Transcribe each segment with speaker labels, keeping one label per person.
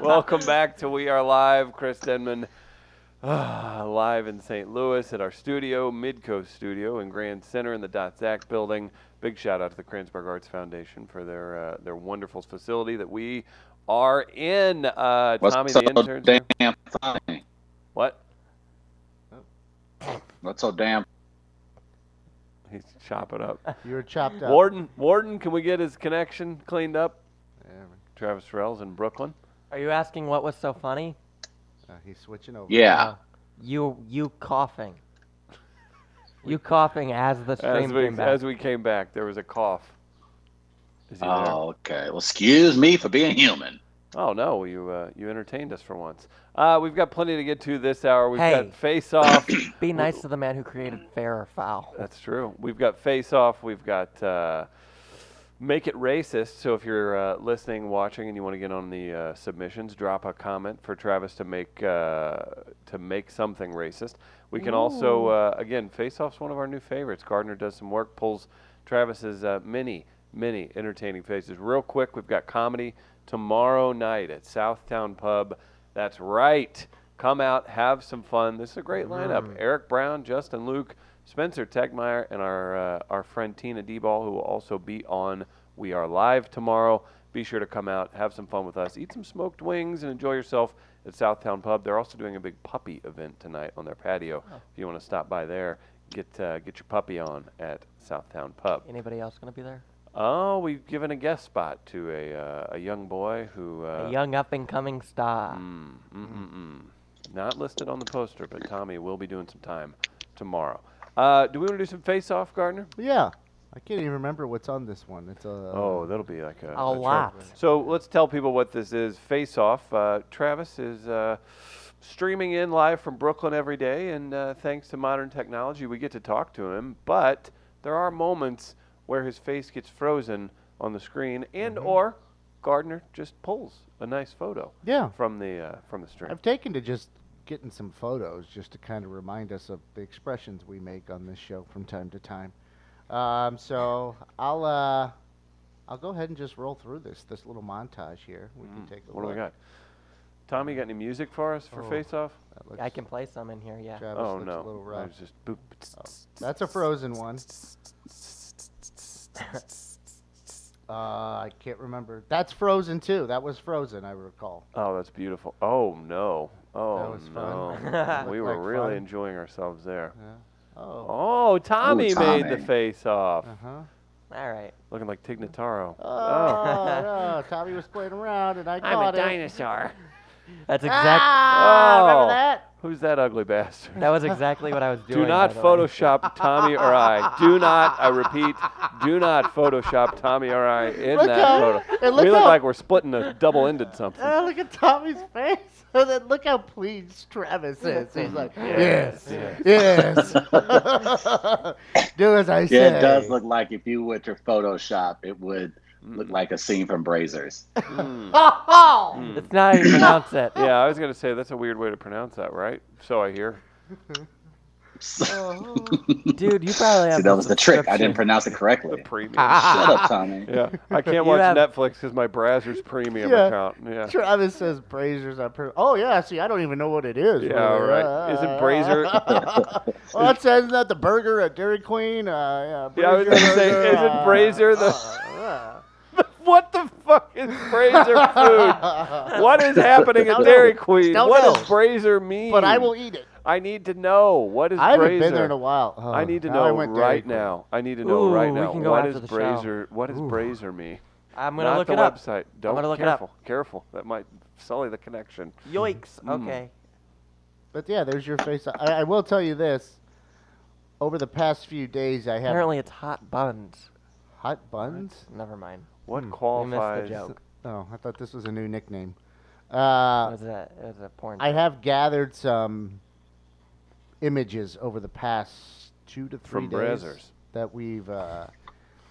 Speaker 1: Welcome back to We Are Live, Chris Denman. ah, live in St. Louis at our studio, Midcoast Studio in Grand Center in the Dot Zach building. Big shout out to the Kranzberg Arts Foundation for their uh, their wonderful facility that we are in. Uh,
Speaker 2: What's
Speaker 1: Tommy
Speaker 2: so
Speaker 1: the intern.
Speaker 2: damn funny?
Speaker 1: What?
Speaker 2: What's so damn?
Speaker 1: He's chopping up.
Speaker 3: You were chopped up.
Speaker 1: Warden, Warden, can we get his connection cleaned up?
Speaker 3: There we-
Speaker 1: Travis Farrell's in Brooklyn.
Speaker 4: Are you asking what was so funny?
Speaker 3: uh, he's switching over.
Speaker 2: Yeah.
Speaker 4: You you coughing. You coughing as the stream
Speaker 1: As we,
Speaker 4: came back.
Speaker 1: as we came back, there was a cough. Is he Ah, there?
Speaker 2: Oh, okay. Well, excuse me for being human.
Speaker 1: Oh no, you uh, you entertained us for once. Uh, we've got plenty to get to this hour. We've
Speaker 4: Hey.
Speaker 1: got Face Off.
Speaker 4: Be nice to the man who created fair or foul.
Speaker 1: That's true. We've got Face Off. We've got uh, Make It Racist. So if you're uh, listening, watching, and you want to get on the uh, submissions, drop a comment for Travis to make uh, to make something racist. We can also uh, again Face Off's one of our new favorites. Gardner does some work, pulls Travis's uh, many many entertaining faces. Real quick, we've got comedy tomorrow night at Southtown Pub. That's right. Come out, have some fun. This is a great lineup. Eric Brown, Justin Luke, Spencer Tegmeyer, and our uh, our friend Tina Deball, who will also be on We Are Live tomorrow. Be sure to come out, have some fun with us, eat some smoked wings, and enjoy yourself at Southtown Pub. They're also doing a big puppy event tonight on their patio.
Speaker 4: Oh.
Speaker 1: If you want to stop by there, get uh, get your puppy on at Southtown Pub.
Speaker 4: Anybody else gonna be there?
Speaker 1: Oh, we've given a guest spot to a uh, a young boy who uh,
Speaker 4: A young up and coming star.
Speaker 1: Mm, mm, mm, mm. Not listed on the poster, but Tommy will be doing some time tomorrow. Uh, do we want to do some face off, Gardner?
Speaker 3: Yeah. I can't even remember what's on this one. It's uh, a.
Speaker 1: Oh, that'll be like a,
Speaker 4: a
Speaker 1: chore.
Speaker 4: lot.
Speaker 1: So let's tell people what this is. Face off. Uh, Travis is uh, streaming in live from Brooklyn every day, and uh, thanks to modern technology, we get to talk to him. But there are moments where his face gets frozen on the screen, and
Speaker 3: Mm-hmm.
Speaker 1: or Gardner just pulls a nice photo
Speaker 3: Yeah.
Speaker 1: from the uh, from the stream.
Speaker 3: Oh. I've taken to just getting some photos just to kind of remind us of the expressions we make on this show from time to time. Um, so I'll uh, I'll go ahead and just roll through this this little montage here. We can take a
Speaker 1: Mm. What do
Speaker 3: look.
Speaker 1: we got? Tommy, got any music for us for
Speaker 3: Oh.
Speaker 1: Face Off?
Speaker 3: That looks,
Speaker 4: I can play some in here, yeah.
Speaker 3: Travis
Speaker 1: Oh
Speaker 3: looks
Speaker 1: no,
Speaker 3: a little
Speaker 1: I
Speaker 3: rough.
Speaker 1: was just boop.
Speaker 3: That's a frozen one. Uh, I can't remember. That's Frozen too. That was Frozen, I recall.
Speaker 1: Oh, that's beautiful. Oh no. Oh
Speaker 3: was
Speaker 1: no.
Speaker 3: fun.
Speaker 1: we
Speaker 3: Looked
Speaker 1: were
Speaker 3: like
Speaker 1: really
Speaker 3: fun.
Speaker 1: enjoying ourselves there.
Speaker 3: Yeah. Oh.
Speaker 1: Oh, Tommy, made
Speaker 2: Tommy.
Speaker 1: the Face Off,
Speaker 3: Uh huh.
Speaker 4: All right.
Speaker 1: looking like Tignataro.
Speaker 3: Oh, no, Tommy was playing around and I caught it.
Speaker 4: dinosaur. That's exact.
Speaker 3: Ah,
Speaker 1: Oh.
Speaker 3: remember that?
Speaker 1: Who's that ugly bastard?
Speaker 4: That was exactly what I was doing.
Speaker 1: Do not
Speaker 4: by the way.
Speaker 1: Photoshop Tommy or I. Do not, I repeat, do not Photoshop Tommy or I in
Speaker 3: Look
Speaker 1: that
Speaker 3: how-
Speaker 1: photo.
Speaker 3: and look
Speaker 1: we look
Speaker 3: how-
Speaker 1: like we're splitting a double-ended something.
Speaker 3: Oh, look at Tommy's face. And then look how pleased Travis is. He's like, yes, yes. Do as I say.
Speaker 2: Yeah, it does look like if you were to Photoshop, it would look
Speaker 1: Mm,
Speaker 2: like a scene from Brazers. Mm.
Speaker 4: It's not how you pronounce it.
Speaker 1: mm. Yeah, I was gonna say that's a weird way to pronounce that, right? So I hear.
Speaker 3: Oh.
Speaker 4: Dude, you probably have
Speaker 2: See,
Speaker 4: the
Speaker 2: that was the trick. I didn't
Speaker 4: subscription.
Speaker 2: pronounce it correctly.
Speaker 1: Premium.
Speaker 2: Shut up, Tommy.
Speaker 1: yeah, I can't watch
Speaker 4: have-
Speaker 1: Netflix because my browser's premium
Speaker 3: Yeah.
Speaker 1: account. Yeah.
Speaker 3: Travis says Brazers are per- Oh, yeah, see, I don't even know what it is.
Speaker 1: Yeah,
Speaker 3: really. Uh,
Speaker 1: right. Isn't Brazer-
Speaker 3: well, it says that the burger at Dairy Queen. Uh, yeah,
Speaker 1: Yeah, I was
Speaker 3: Brazer
Speaker 1: gonna say,
Speaker 3: burger,
Speaker 1: isn't
Speaker 3: uh,
Speaker 1: Brazer the-
Speaker 3: uh,
Speaker 1: What the fuck is Brazer
Speaker 3: uh.
Speaker 1: food? What is happening at
Speaker 3: Don't
Speaker 1: Dairy
Speaker 3: know.
Speaker 1: Queen?
Speaker 3: Don't
Speaker 1: What
Speaker 3: know.
Speaker 1: does Brazer mean?
Speaker 3: but I will eat it.
Speaker 1: I need to know. What is
Speaker 3: I haven't been there
Speaker 1: Brazer?
Speaker 3: in a while. Oh,
Speaker 1: I need to
Speaker 3: now I
Speaker 1: know
Speaker 3: went Dairy
Speaker 1: right
Speaker 3: Queen.
Speaker 1: now. I need to know
Speaker 4: Ooh,
Speaker 1: right
Speaker 4: we
Speaker 1: now.
Speaker 4: can go
Speaker 1: what
Speaker 4: after
Speaker 1: is
Speaker 4: the show.
Speaker 1: Brazer? What does Brazer mean?
Speaker 4: I'm gonna
Speaker 1: Not
Speaker 4: look
Speaker 1: the
Speaker 4: it up.
Speaker 1: website. Don't
Speaker 4: gonna look it up.
Speaker 1: careful. Careful. That might sully the connection.
Speaker 4: Yoinks.
Speaker 1: Mm.
Speaker 4: Okay.
Speaker 3: But yeah, there's your face. I, I will tell you this. Over the past few days, I have
Speaker 4: Apparently, it's hot buns.
Speaker 3: hot buns.
Speaker 4: Never mind.
Speaker 1: What
Speaker 4: You Hmm. missed the
Speaker 1: qualifies?
Speaker 4: joke.
Speaker 3: Oh, I thought this was a new nickname.
Speaker 4: It
Speaker 3: Uh,
Speaker 4: was a, it was a porn.
Speaker 3: I
Speaker 4: joke.
Speaker 3: have gathered some images over the past two to three
Speaker 1: From
Speaker 3: days
Speaker 1: Brazzers.
Speaker 3: that we've uh,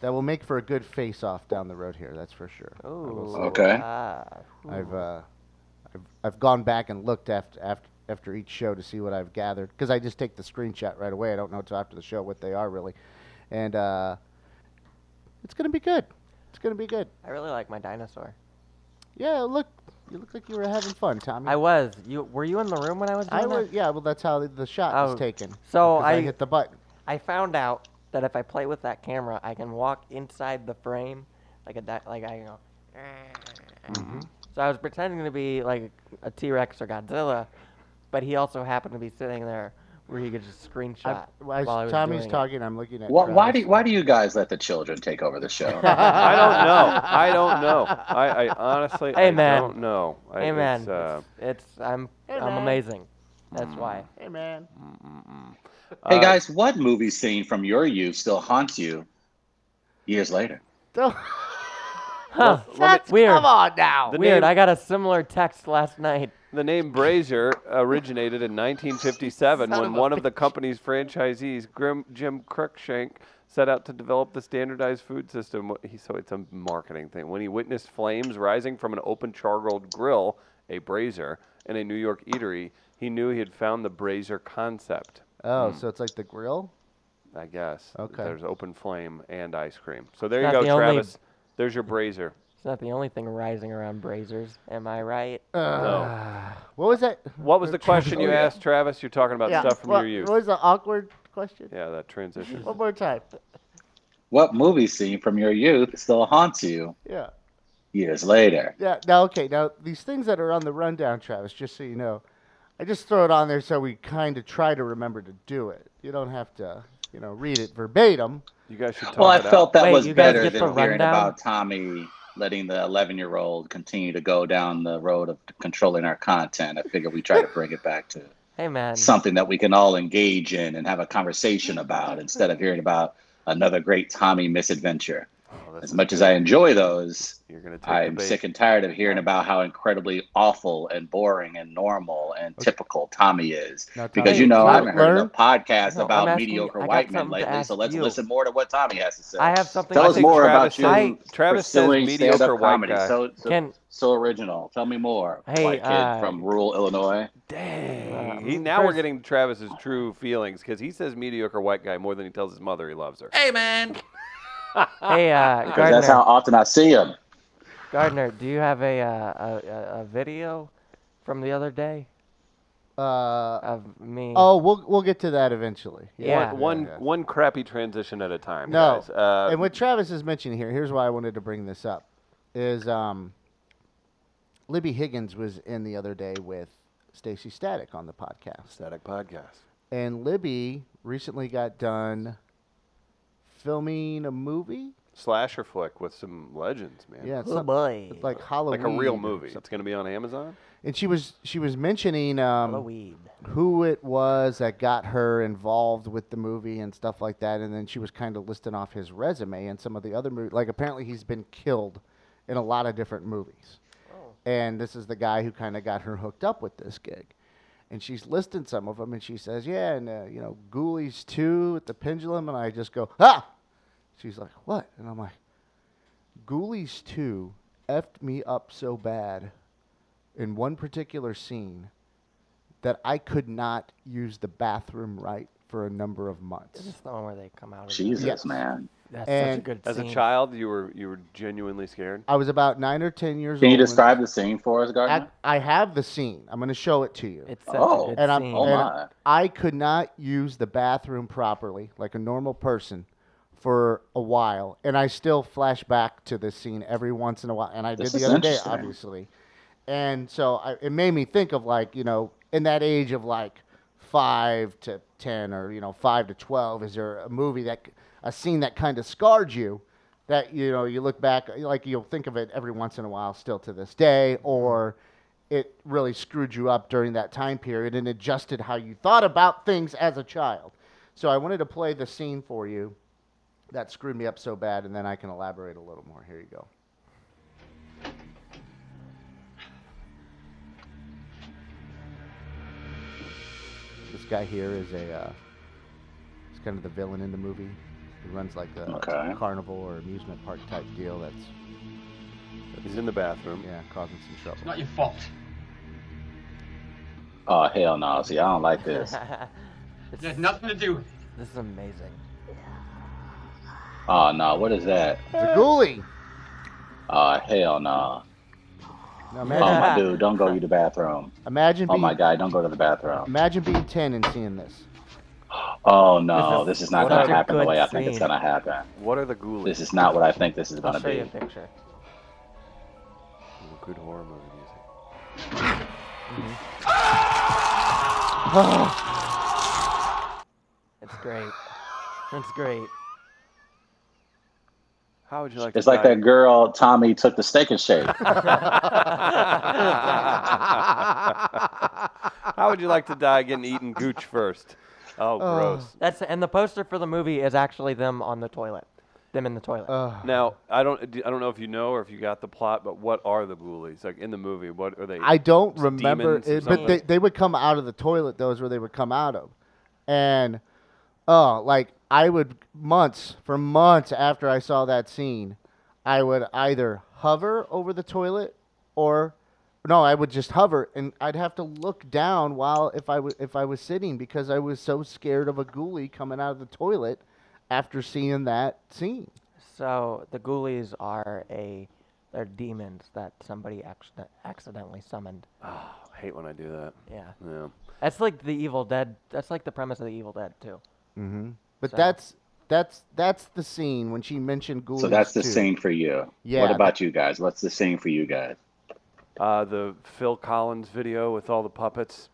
Speaker 3: that will make for a good face-off down the road here. That's for sure. I will
Speaker 4: Ooh.
Speaker 3: say.
Speaker 2: Okay.
Speaker 4: Ah.
Speaker 3: I've, uh, I've I've gone back and looked after after after each show to see what I've gathered because I just take the screenshot right away. I don't know until after the show what they are really, and uh, it's gonna be good. It's It's gonna be good.
Speaker 4: I really like my dinosaur.
Speaker 3: Yeah, look, you look like you were having fun, Tommy.
Speaker 4: I was. You were you in the room when I was doing
Speaker 3: I
Speaker 4: that?
Speaker 3: was, yeah. Well, that's how the shot
Speaker 4: Oh.
Speaker 3: was taken.
Speaker 4: So
Speaker 3: 'cause
Speaker 4: I-
Speaker 3: hit the button.
Speaker 4: I found out that if I play with that camera, I can walk inside the frame like a di- like I you know.
Speaker 1: Mm-hmm.
Speaker 4: So I was pretending to be like a T Rex or Godzilla, but he also happened to be sitting there where he could just screenshot.
Speaker 3: I, as
Speaker 4: while I was
Speaker 3: Tommy's
Speaker 4: doing it.
Speaker 3: talking, I'm looking at.
Speaker 2: Why, why do
Speaker 3: Travis.
Speaker 2: why do you guys let the children take over the show?
Speaker 1: I don't know. I don't know. I, I honestly
Speaker 4: Hey, man.
Speaker 1: I don't know. I,
Speaker 4: Hey man,
Speaker 1: It's, uh,
Speaker 4: it's, it's- I'm
Speaker 3: Hey,
Speaker 4: I'm
Speaker 3: man.
Speaker 4: amazing. That's why.
Speaker 3: Hey man.
Speaker 1: mm, mm, mm.
Speaker 2: hey
Speaker 1: Uh,
Speaker 2: guys, what movie scene from your youth still haunts you years later?
Speaker 3: Don't-
Speaker 4: Huh?
Speaker 3: That's-
Speaker 4: weird.
Speaker 3: Come on now.
Speaker 1: The
Speaker 4: Weird.
Speaker 1: name-
Speaker 4: I got a similar text last night.
Speaker 1: The name Brazier originated in 1957
Speaker 4: Son
Speaker 1: when
Speaker 4: of a
Speaker 1: one of the company's franchisees, Grim, Jim Cruikshank, set out to develop the standardized food system. Wh- He, so it's a marketing thing. When he witnessed flames rising from an open charcoal grill, a brazier, in a New York eatery, he knew he had found the brazier concept.
Speaker 3: Oh, so it's like the grill.
Speaker 1: I guess.
Speaker 3: Okay.
Speaker 1: There's open flame and ice cream. So there
Speaker 4: not
Speaker 1: you
Speaker 4: the
Speaker 1: go,
Speaker 4: only-
Speaker 1: Travis. There's your brazier.
Speaker 4: It's not the only thing rising around braziers. Am I right?
Speaker 3: Uh, What was that?
Speaker 1: What was the question you
Speaker 2: yeah.
Speaker 1: asked, Travis? You're talking about
Speaker 3: Yeah,
Speaker 1: stuff from
Speaker 3: what,
Speaker 1: your youth.
Speaker 3: What was the awkward question?
Speaker 1: Yeah, that transition.
Speaker 3: One more time.
Speaker 2: What movie scene from your youth still haunts you
Speaker 3: Yeah.
Speaker 2: years later?
Speaker 3: Yeah. Now, okay. Now, these things that are on the rundown, Travis, just so you know, I just throw it on there so we kind of try to remember to do it. You don't have to, you know, read it verbatim.
Speaker 1: You guys should talk
Speaker 2: Well, I
Speaker 1: it out.
Speaker 2: felt that
Speaker 4: Wait,
Speaker 2: was
Speaker 4: you guys
Speaker 2: better
Speaker 4: get
Speaker 2: than
Speaker 4: the
Speaker 2: hearing
Speaker 4: rundown?
Speaker 2: about Tommy letting the 11 year old continue to go down the road of controlling our content. I figure we try to bring it back to
Speaker 4: Hey man.
Speaker 2: something that we can all engage in and have a conversation about instead of hearing about another great Tommy misadventure.
Speaker 1: Oh, this
Speaker 2: As
Speaker 1: is
Speaker 2: much as
Speaker 1: good.
Speaker 2: I enjoy those,
Speaker 1: you're gonna take
Speaker 2: I'm
Speaker 1: the bait.
Speaker 2: sick and tired of hearing about how incredibly awful and boring and normal and typical Tommy is.
Speaker 3: Now, Tommy,
Speaker 2: Because you know,
Speaker 4: Tommy,
Speaker 2: I haven't heard
Speaker 3: learn.
Speaker 2: a podcast
Speaker 4: No, I'm
Speaker 2: about
Speaker 4: asking-
Speaker 2: mediocre
Speaker 4: I got
Speaker 2: white
Speaker 4: something
Speaker 2: men
Speaker 4: to
Speaker 2: lately, so
Speaker 4: ask
Speaker 2: let's
Speaker 4: you.
Speaker 2: listen more to what Tommy has to say.
Speaker 4: I have something.
Speaker 2: Tell
Speaker 1: I
Speaker 2: us
Speaker 1: think
Speaker 2: more
Speaker 1: Travis
Speaker 2: about you
Speaker 1: says- Travis says
Speaker 2: pursuing
Speaker 1: mediocre
Speaker 2: stand-up
Speaker 1: white
Speaker 2: comedy.
Speaker 1: guy.
Speaker 2: So, so,
Speaker 4: Can-
Speaker 2: so original. Tell me more.
Speaker 4: Hey,
Speaker 2: white kid
Speaker 4: uh,
Speaker 2: from rural Illinois.
Speaker 1: Dang.
Speaker 3: Uh,
Speaker 4: Um,
Speaker 1: he, now we're
Speaker 4: first-
Speaker 1: getting Travis's true feelings because he says mediocre white guy more than he tells his mother he loves her.
Speaker 4: hey uh,
Speaker 2: Because
Speaker 4: Gardner. Oh,
Speaker 2: that's how often I see him.
Speaker 4: Gardner, do you have a, uh, a a- a video from the other day
Speaker 3: Uh,
Speaker 4: of me?
Speaker 3: oh, we'll we'll get to that eventually.
Speaker 4: Yeah.
Speaker 1: One, one,
Speaker 3: yeah.
Speaker 1: one crappy transition at a time.
Speaker 3: No.
Speaker 1: guys. Uh,
Speaker 3: and what Travis is mentioning here, here's why I wanted to bring this up, is um, Libby Higgins was in the other day with Stacy Static on the podcast,
Speaker 1: static podcast.
Speaker 3: and Libby recently got done filming a movie.
Speaker 1: Slasher flick with some legends, man.
Speaker 3: Yeah, it's
Speaker 4: oh
Speaker 3: some-
Speaker 4: boy.
Speaker 3: it's like
Speaker 1: Like
Speaker 3: Halloween,
Speaker 1: a real
Speaker 3: or
Speaker 1: movie. It's
Speaker 3: something.
Speaker 1: gonna be on Amazon.
Speaker 3: And she was she was mentioning um,
Speaker 4: Halloween.
Speaker 3: who it was that got her involved with the movie and stuff like that. And then she was kind of listing off his resume and some of the other movies. Like apparently he's been killed in a lot of different movies. And this is the guy who kind of got her hooked up with this gig. And she's listing some of them, and she says, "Yeah, and uh, you know, Ghoulies two with the pendulum." And I just go, "Ah!" She's like, "What?" And I'm like, "Ghoulies two effed me up so bad in one particular scene that I could not use the bathroom right for a number of
Speaker 4: This
Speaker 3: months.
Speaker 4: is the one where they come out. Of the-
Speaker 2: Jesus,
Speaker 3: Yes.
Speaker 2: man.
Speaker 4: That's such a
Speaker 3: And-
Speaker 4: good
Speaker 1: As
Speaker 4: scene.
Speaker 1: a child, you were you were genuinely scared.
Speaker 3: I was about nine or ten years
Speaker 2: Can
Speaker 3: old.
Speaker 2: you
Speaker 3: when-
Speaker 2: describe the scene for us,
Speaker 3: I,
Speaker 2: Gardner?
Speaker 3: I have the scene. I'm going to show it to you.
Speaker 4: It's such
Speaker 2: Oh.
Speaker 4: a good
Speaker 3: And I'm-
Speaker 4: scene.
Speaker 2: oh
Speaker 3: and
Speaker 2: my.
Speaker 3: I could not use the bathroom properly like a normal person for a while, and I still flash back to this scene every once in a while. And I
Speaker 2: This
Speaker 3: did
Speaker 2: is
Speaker 3: the other day,
Speaker 2: interesting.
Speaker 3: obviously. And so I, it made me think of like you know in that age of like five to ten or you know five to twelve, is there a movie that c- a scene that kind of scarred you? That you know you look back like you'll think of it every once in a while still to this day, or it really screwed you up during that time period and adjusted how you thought about things as a child. So I wanted to play the scene for you that screwed me up so bad, and then I can elaborate a little more. Here you go. This guy here is a, uh, he's kind of the villain in the movie. He runs like a
Speaker 2: Okay.
Speaker 3: carnival or amusement park type deal that's,
Speaker 1: He's in the bathroom.
Speaker 3: yeah, causing some trouble.
Speaker 5: Not your fault.
Speaker 2: Oh, hell no. See, I don't like this.
Speaker 5: It
Speaker 4: this,
Speaker 5: has nothing to do with it.
Speaker 4: this is amazing.
Speaker 2: oh, no. What is that?
Speaker 3: It's a ghoulie.
Speaker 2: Uh, hell no.
Speaker 3: Now
Speaker 2: Oh,
Speaker 3: imagine,
Speaker 2: my dude, don't go to the bathroom.
Speaker 3: imagine
Speaker 2: Oh,
Speaker 3: being
Speaker 2: my God, don't go to the bathroom.
Speaker 3: imagine being ten and seeing this.
Speaker 2: Oh, no, this
Speaker 4: This is
Speaker 2: is not
Speaker 4: such
Speaker 2: going
Speaker 4: a
Speaker 2: to happen the
Speaker 4: good
Speaker 2: way I think it's
Speaker 4: scene.
Speaker 2: going to happen.
Speaker 1: What are the ghoulies?
Speaker 2: This is not what I think this is going
Speaker 4: I'll
Speaker 2: to
Speaker 4: show you a
Speaker 2: be.
Speaker 4: picture.
Speaker 1: Ooh, Good horror movie music.
Speaker 4: It's great. It's great.
Speaker 1: How would you like
Speaker 2: It's
Speaker 1: to
Speaker 2: like
Speaker 1: die?
Speaker 2: that girl Tommy took the steak and shake.
Speaker 1: How would you like to die getting eaten gooch first? Oh, gross.
Speaker 4: That's and the poster for the movie is actually them on the toilet, them in the toilet.
Speaker 3: Ugh.
Speaker 1: Now, I don't, d- I don't know if you know or if you got the plot, but what are the ghoulies? Like in the movie, what are they?
Speaker 3: I don't remember,
Speaker 1: demons or
Speaker 3: it, but they,
Speaker 1: something.
Speaker 3: they would come out of the toilet. Those where they would come out of, and oh, like I would months for months after I saw that scene, I would either hover over the toilet or no, I would just hover and I'd have to look down while if I was if I was sitting because I was so scared of a ghoulie coming out of the toilet after seeing that scene.
Speaker 4: So the ghoulies are a, they're demons that somebody accident, accidentally summoned.
Speaker 1: Oh, I hate when I do that.
Speaker 4: Yeah,
Speaker 1: Yeah.
Speaker 4: that's like the Evil Dead. That's like the premise of the Evil Dead too.
Speaker 3: Mm-hmm. But
Speaker 4: So-
Speaker 3: that's that's that's the scene when she mentioned ghoulies.
Speaker 2: So that's the
Speaker 3: too.
Speaker 2: scene for you.
Speaker 3: Yeah,
Speaker 2: What about you guys? What's the scene for you guys?
Speaker 1: Uh, the Phil Collins video with all the puppets.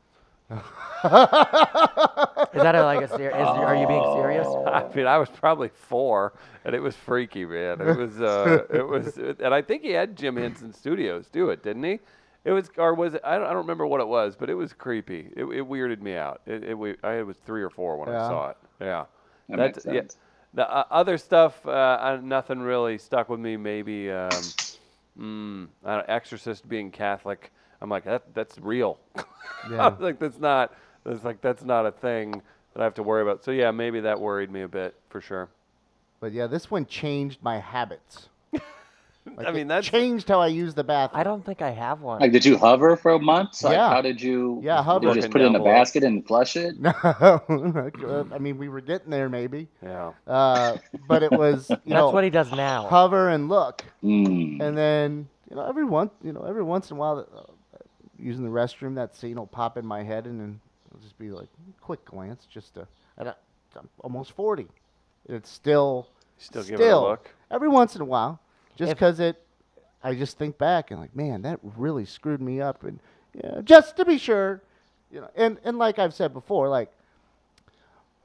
Speaker 4: Is that a, like a serious? Are you being serious?
Speaker 1: I mean, I was probably four, and it was freaky, man. It was, uh, it was, and I think he had Jim Henson Studios do it, didn't he? It was, or was it? I don't, I don't remember what it was, but it was creepy. It, it weirded me out. It, it, we, I was three or four when I
Speaker 3: Yeah.
Speaker 1: saw it. Yeah,
Speaker 2: That makes
Speaker 1: yeah.
Speaker 2: sense.
Speaker 1: The uh, other stuff, uh, I, nothing really stuck with me. Maybe, um, mm, I don't, Exorcist being Catholic. I'm like, that, that's real. I
Speaker 3: Yeah.
Speaker 1: was like, that's not. It's like that's not a thing that I have to worry about. So yeah, maybe that worried me a bit for sure.
Speaker 3: But yeah, this one changed my habits. Like,
Speaker 1: I
Speaker 3: it
Speaker 1: mean, that's
Speaker 3: changed how I use the bathroom.
Speaker 4: I don't think I have one.
Speaker 2: Like, did you hover for months? Like,
Speaker 3: Yeah.
Speaker 2: how did you?
Speaker 3: Yeah, hover.
Speaker 2: Did you
Speaker 1: Looking
Speaker 2: just put it in
Speaker 1: down
Speaker 2: a
Speaker 1: below.
Speaker 2: basket and flush it?
Speaker 3: No, I mean we were getting there maybe,
Speaker 1: yeah.
Speaker 3: uh, but it was you
Speaker 4: that's
Speaker 3: know
Speaker 4: what he does now.
Speaker 3: hover and look,
Speaker 2: Mm.
Speaker 3: and then you know every once you know every once in a while, uh, using the restroom, that scene will pop in my head, and then it'll just be like quick glance, just to, and I, I'm almost forty, and it's still
Speaker 1: Still give it a
Speaker 3: still
Speaker 1: look.
Speaker 3: every once in a while, just
Speaker 4: If-
Speaker 3: because it, I just think back and like, man, that really screwed me up, and yeah, just to be sure, you know, and and like I've said before, like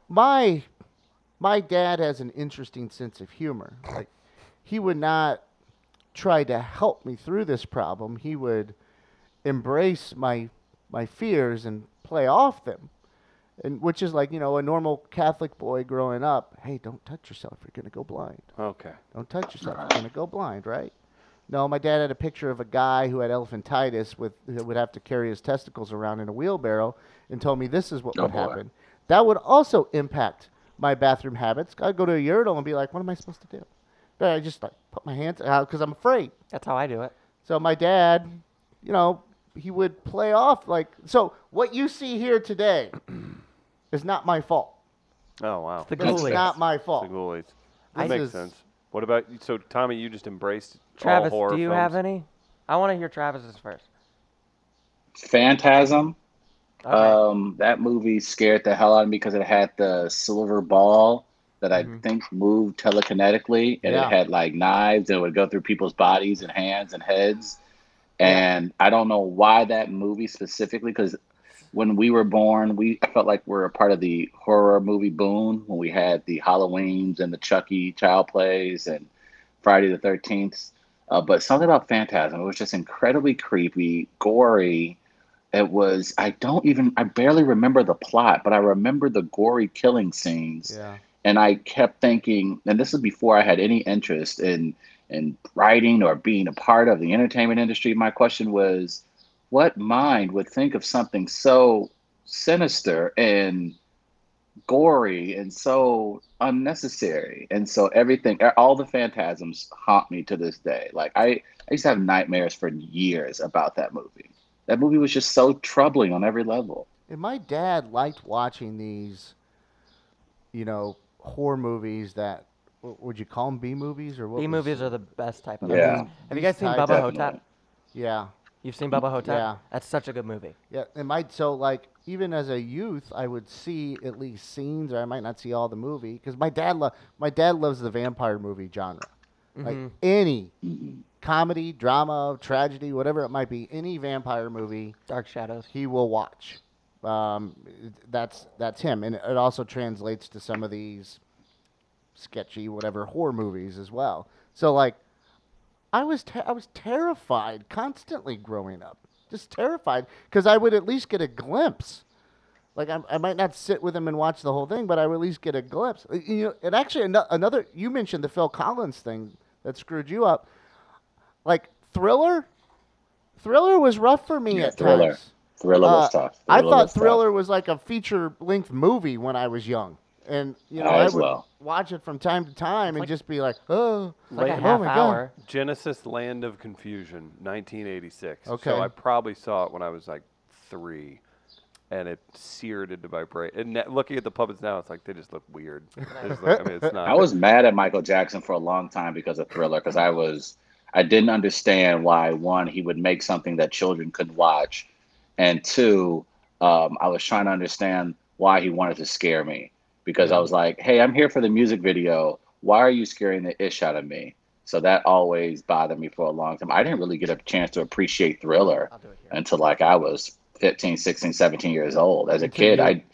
Speaker 3: my my dad has an interesting sense of humor. Like he would not try to help me through this problem. He would embrace my my fears and play off them. And which is like, you know, a normal Catholic boy growing up, hey, don't touch yourself, you're gonna go blind.
Speaker 1: Okay.
Speaker 3: Don't touch yourself. You're gonna go blind, right? No, my dad had a picture of a guy who had elephantitis with who would have to carry his testicles around in a wheelbarrow, and told me this is what
Speaker 2: Oh,
Speaker 3: would
Speaker 2: boy.
Speaker 3: happen. That would also impact my bathroom habits. I'd go to a urinal and be like, "What am I supposed to do?" But I just like put my hands out because I'm afraid.
Speaker 4: That's how I do it.
Speaker 3: So my dad, you know, he would play off like so. What you see here today is not my fault.
Speaker 1: Oh wow.
Speaker 4: The
Speaker 1: The
Speaker 3: This is
Speaker 4: ghoulies.
Speaker 3: not my fault.
Speaker 1: ghoulies.
Speaker 3: I
Speaker 1: That makes
Speaker 3: just-
Speaker 1: sense. What about you? So Tommy, you just embraced all
Speaker 4: Travis,
Speaker 1: horror
Speaker 4: do you
Speaker 1: films?
Speaker 4: have any? I want to hear Travis's first.
Speaker 2: Phantasm.
Speaker 4: Okay.
Speaker 2: Um, that movie scared the hell out of me because it had the silver ball that I think moved telekinetically, and
Speaker 3: Yeah.
Speaker 2: it had like knives that would go through people's bodies and hands and heads. And I don't know why that movie specifically, because when we were born, we I felt like we were a part of the horror movie boom when we had the Halloweens and the Chucky child plays and Friday the Thirteenth. Uh, but something about Phantasm, it was just incredibly creepy, gory. It was I don't even I barely remember the plot, but I remember the gory killing scenes
Speaker 3: Yeah.
Speaker 2: and I kept thinking, and this is before I had any interest in in writing or being a part of the entertainment industry. My question was, what mind would think of something so sinister and gory and so unnecessary? And so everything, all the phantasms haunt me to this day. Like I, I used to have nightmares for years about that movie. That movie was just so troubling on every level.
Speaker 3: And my dad liked watching these, you know, horror movies that what would you call them B movies or what?
Speaker 4: B
Speaker 3: was-
Speaker 4: movies are the best type of
Speaker 2: Yeah.
Speaker 4: movies. Have you
Speaker 3: These
Speaker 4: guys seen
Speaker 3: types-
Speaker 4: Bubba
Speaker 2: Definitely.
Speaker 4: Hotep?
Speaker 3: Yeah,
Speaker 4: You've seen Bubba Hotep?
Speaker 3: Yeah.
Speaker 4: That's such a good movie.
Speaker 3: yeah. It might so like even as a youth, I would see at least scenes, or I might not see all the movie because my dad lo- my dad loves the vampire movie genre. Like
Speaker 4: Mhm.
Speaker 3: any
Speaker 2: Mhm.
Speaker 3: comedy, drama, tragedy, whatever it might be, any vampire movie
Speaker 4: Dark Shadows.
Speaker 3: he will watch. Um, that's that's him, and it also translates to some of these sketchy, whatever horror movies as well. So like, I was ter- I was terrified constantly growing up, just terrified because I would at least get a glimpse. Like I, I might not sit with him and watch the whole thing, but I would at least get a glimpse. Uh, You know, and actually ano- another you mentioned the Phil Collins thing that screwed you up. Like Thriller, Thriller was rough for me
Speaker 2: Yeah,
Speaker 3: at
Speaker 2: Thriller.
Speaker 3: times.
Speaker 2: Thriller
Speaker 3: Uh,
Speaker 2: was tough.
Speaker 3: I
Speaker 2: was
Speaker 3: thought
Speaker 2: tough.
Speaker 3: Thriller was like a feature length movie when I was young. And you know,
Speaker 2: I
Speaker 3: I
Speaker 2: as
Speaker 3: would
Speaker 2: well.
Speaker 3: watch it from time to time and
Speaker 4: like-
Speaker 3: just be like, "Oh,
Speaker 4: It's like
Speaker 1: Late-
Speaker 4: a
Speaker 1: Oh
Speaker 4: half
Speaker 3: my God.
Speaker 4: hour.
Speaker 1: Genesis Land of Confusion, 1986.
Speaker 3: Okay.
Speaker 1: So I probably saw it when I was like three, and it seared into my brain. And that- looking at the puppets now, it's like they just look weird. They just look- I mean, it's not.
Speaker 2: I was mad at Michael Jackson for a long time because of Thriller, because I was I didn't understand why one he would make something that children couldn't watch, and two, um, I was trying to understand why he wanted to scare me because I was like, hey, I'm here for the music video. Why are you scaring the ish out of me? So that always bothered me for a long time. I didn't really get a chance to appreciate Thriller
Speaker 4: I'll do it here.
Speaker 2: until like I was 15, 16, 17 years old. As a
Speaker 3: Until
Speaker 2: kid,
Speaker 3: you-
Speaker 2: I,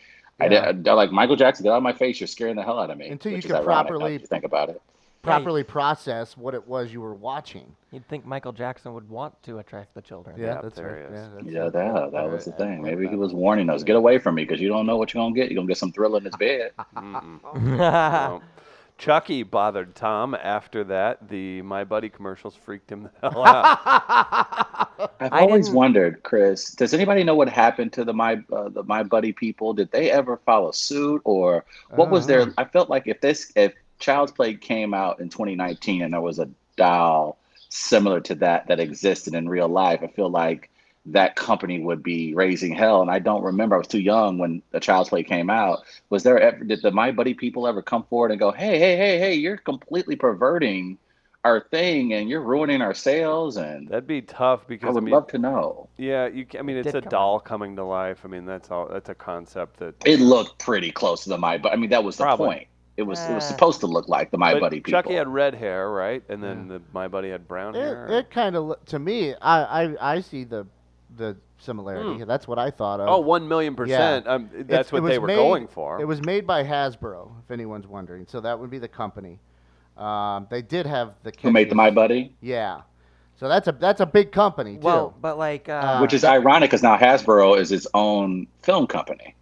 Speaker 2: I
Speaker 3: yeah.
Speaker 2: did I- like Michael Jackson. Get out of my face! You're scaring the hell out of me.
Speaker 3: Until you
Speaker 2: which is
Speaker 3: can
Speaker 2: ironic now
Speaker 3: properly-
Speaker 2: that you think about it.
Speaker 3: properly process what it was you were watching."
Speaker 4: You'd think Michael Jackson would want to attract the children.
Speaker 1: Yeah, there he is.
Speaker 3: that's
Speaker 2: Yeah,
Speaker 3: right.
Speaker 2: that, that was the
Speaker 3: I-
Speaker 2: thing.
Speaker 3: I-
Speaker 2: Maybe he was warning us: get away from me because you don't know what you're gonna get. You're gonna get some thriller in this bed.
Speaker 1: Mm-mm. No. Chucky bothered Tom after that. The My Buddy commercials freaked him the hell out.
Speaker 2: I've
Speaker 4: I
Speaker 2: always
Speaker 4: didn't-
Speaker 2: wondered, Chris. Does anybody know what happened to the my uh, the my buddy people? Did they ever follow suit, or what was
Speaker 3: Uh-huh.
Speaker 1: Uh-huh.
Speaker 2: their? I felt like if this if Child's Play came out in 2019 and there was a doll similar to that that existed in real life, I feel like that company would be raising hell. And I don't remember. I was too young when the Child's Play came out. Was there ever did the My Buddy people ever come forward and go, hey, hey, hey, hey, you're completely perverting our thing and you're ruining our sales and
Speaker 1: That'd be tough
Speaker 2: I
Speaker 1: because I
Speaker 2: would
Speaker 1: mean,
Speaker 2: love to know.
Speaker 1: yeah, you. ca- I mean,
Speaker 4: It
Speaker 1: it's a
Speaker 4: did come
Speaker 1: doll coming to life. I mean, that's all. That's a concept that.
Speaker 2: It looked pretty close to the My Buddy. I mean, that was the
Speaker 1: Probably.
Speaker 2: point. It was it was
Speaker 4: Uh.
Speaker 2: supposed to look like the My
Speaker 1: but
Speaker 2: Buddy people.
Speaker 1: Chucky had red hair, right? And then the, my buddy had brown hair.
Speaker 3: It, it kind of to me, I, I I see the the
Speaker 4: Hmm.
Speaker 3: similarity. That's what I thought of.
Speaker 1: oh, one million percent. Um, that's
Speaker 3: It's-
Speaker 1: what
Speaker 3: it
Speaker 1: they
Speaker 3: was
Speaker 1: were
Speaker 3: made-
Speaker 1: going for.
Speaker 3: It was made by Hasbro, if anyone's wondering. So that would be the company. Um, they did have the
Speaker 2: who made the
Speaker 3: catchy-
Speaker 2: My Buddy,
Speaker 3: Yeah. So that's a that's a big company too.
Speaker 4: Well, but like, uh,
Speaker 2: which is ironic because now Hasbro is its own film company.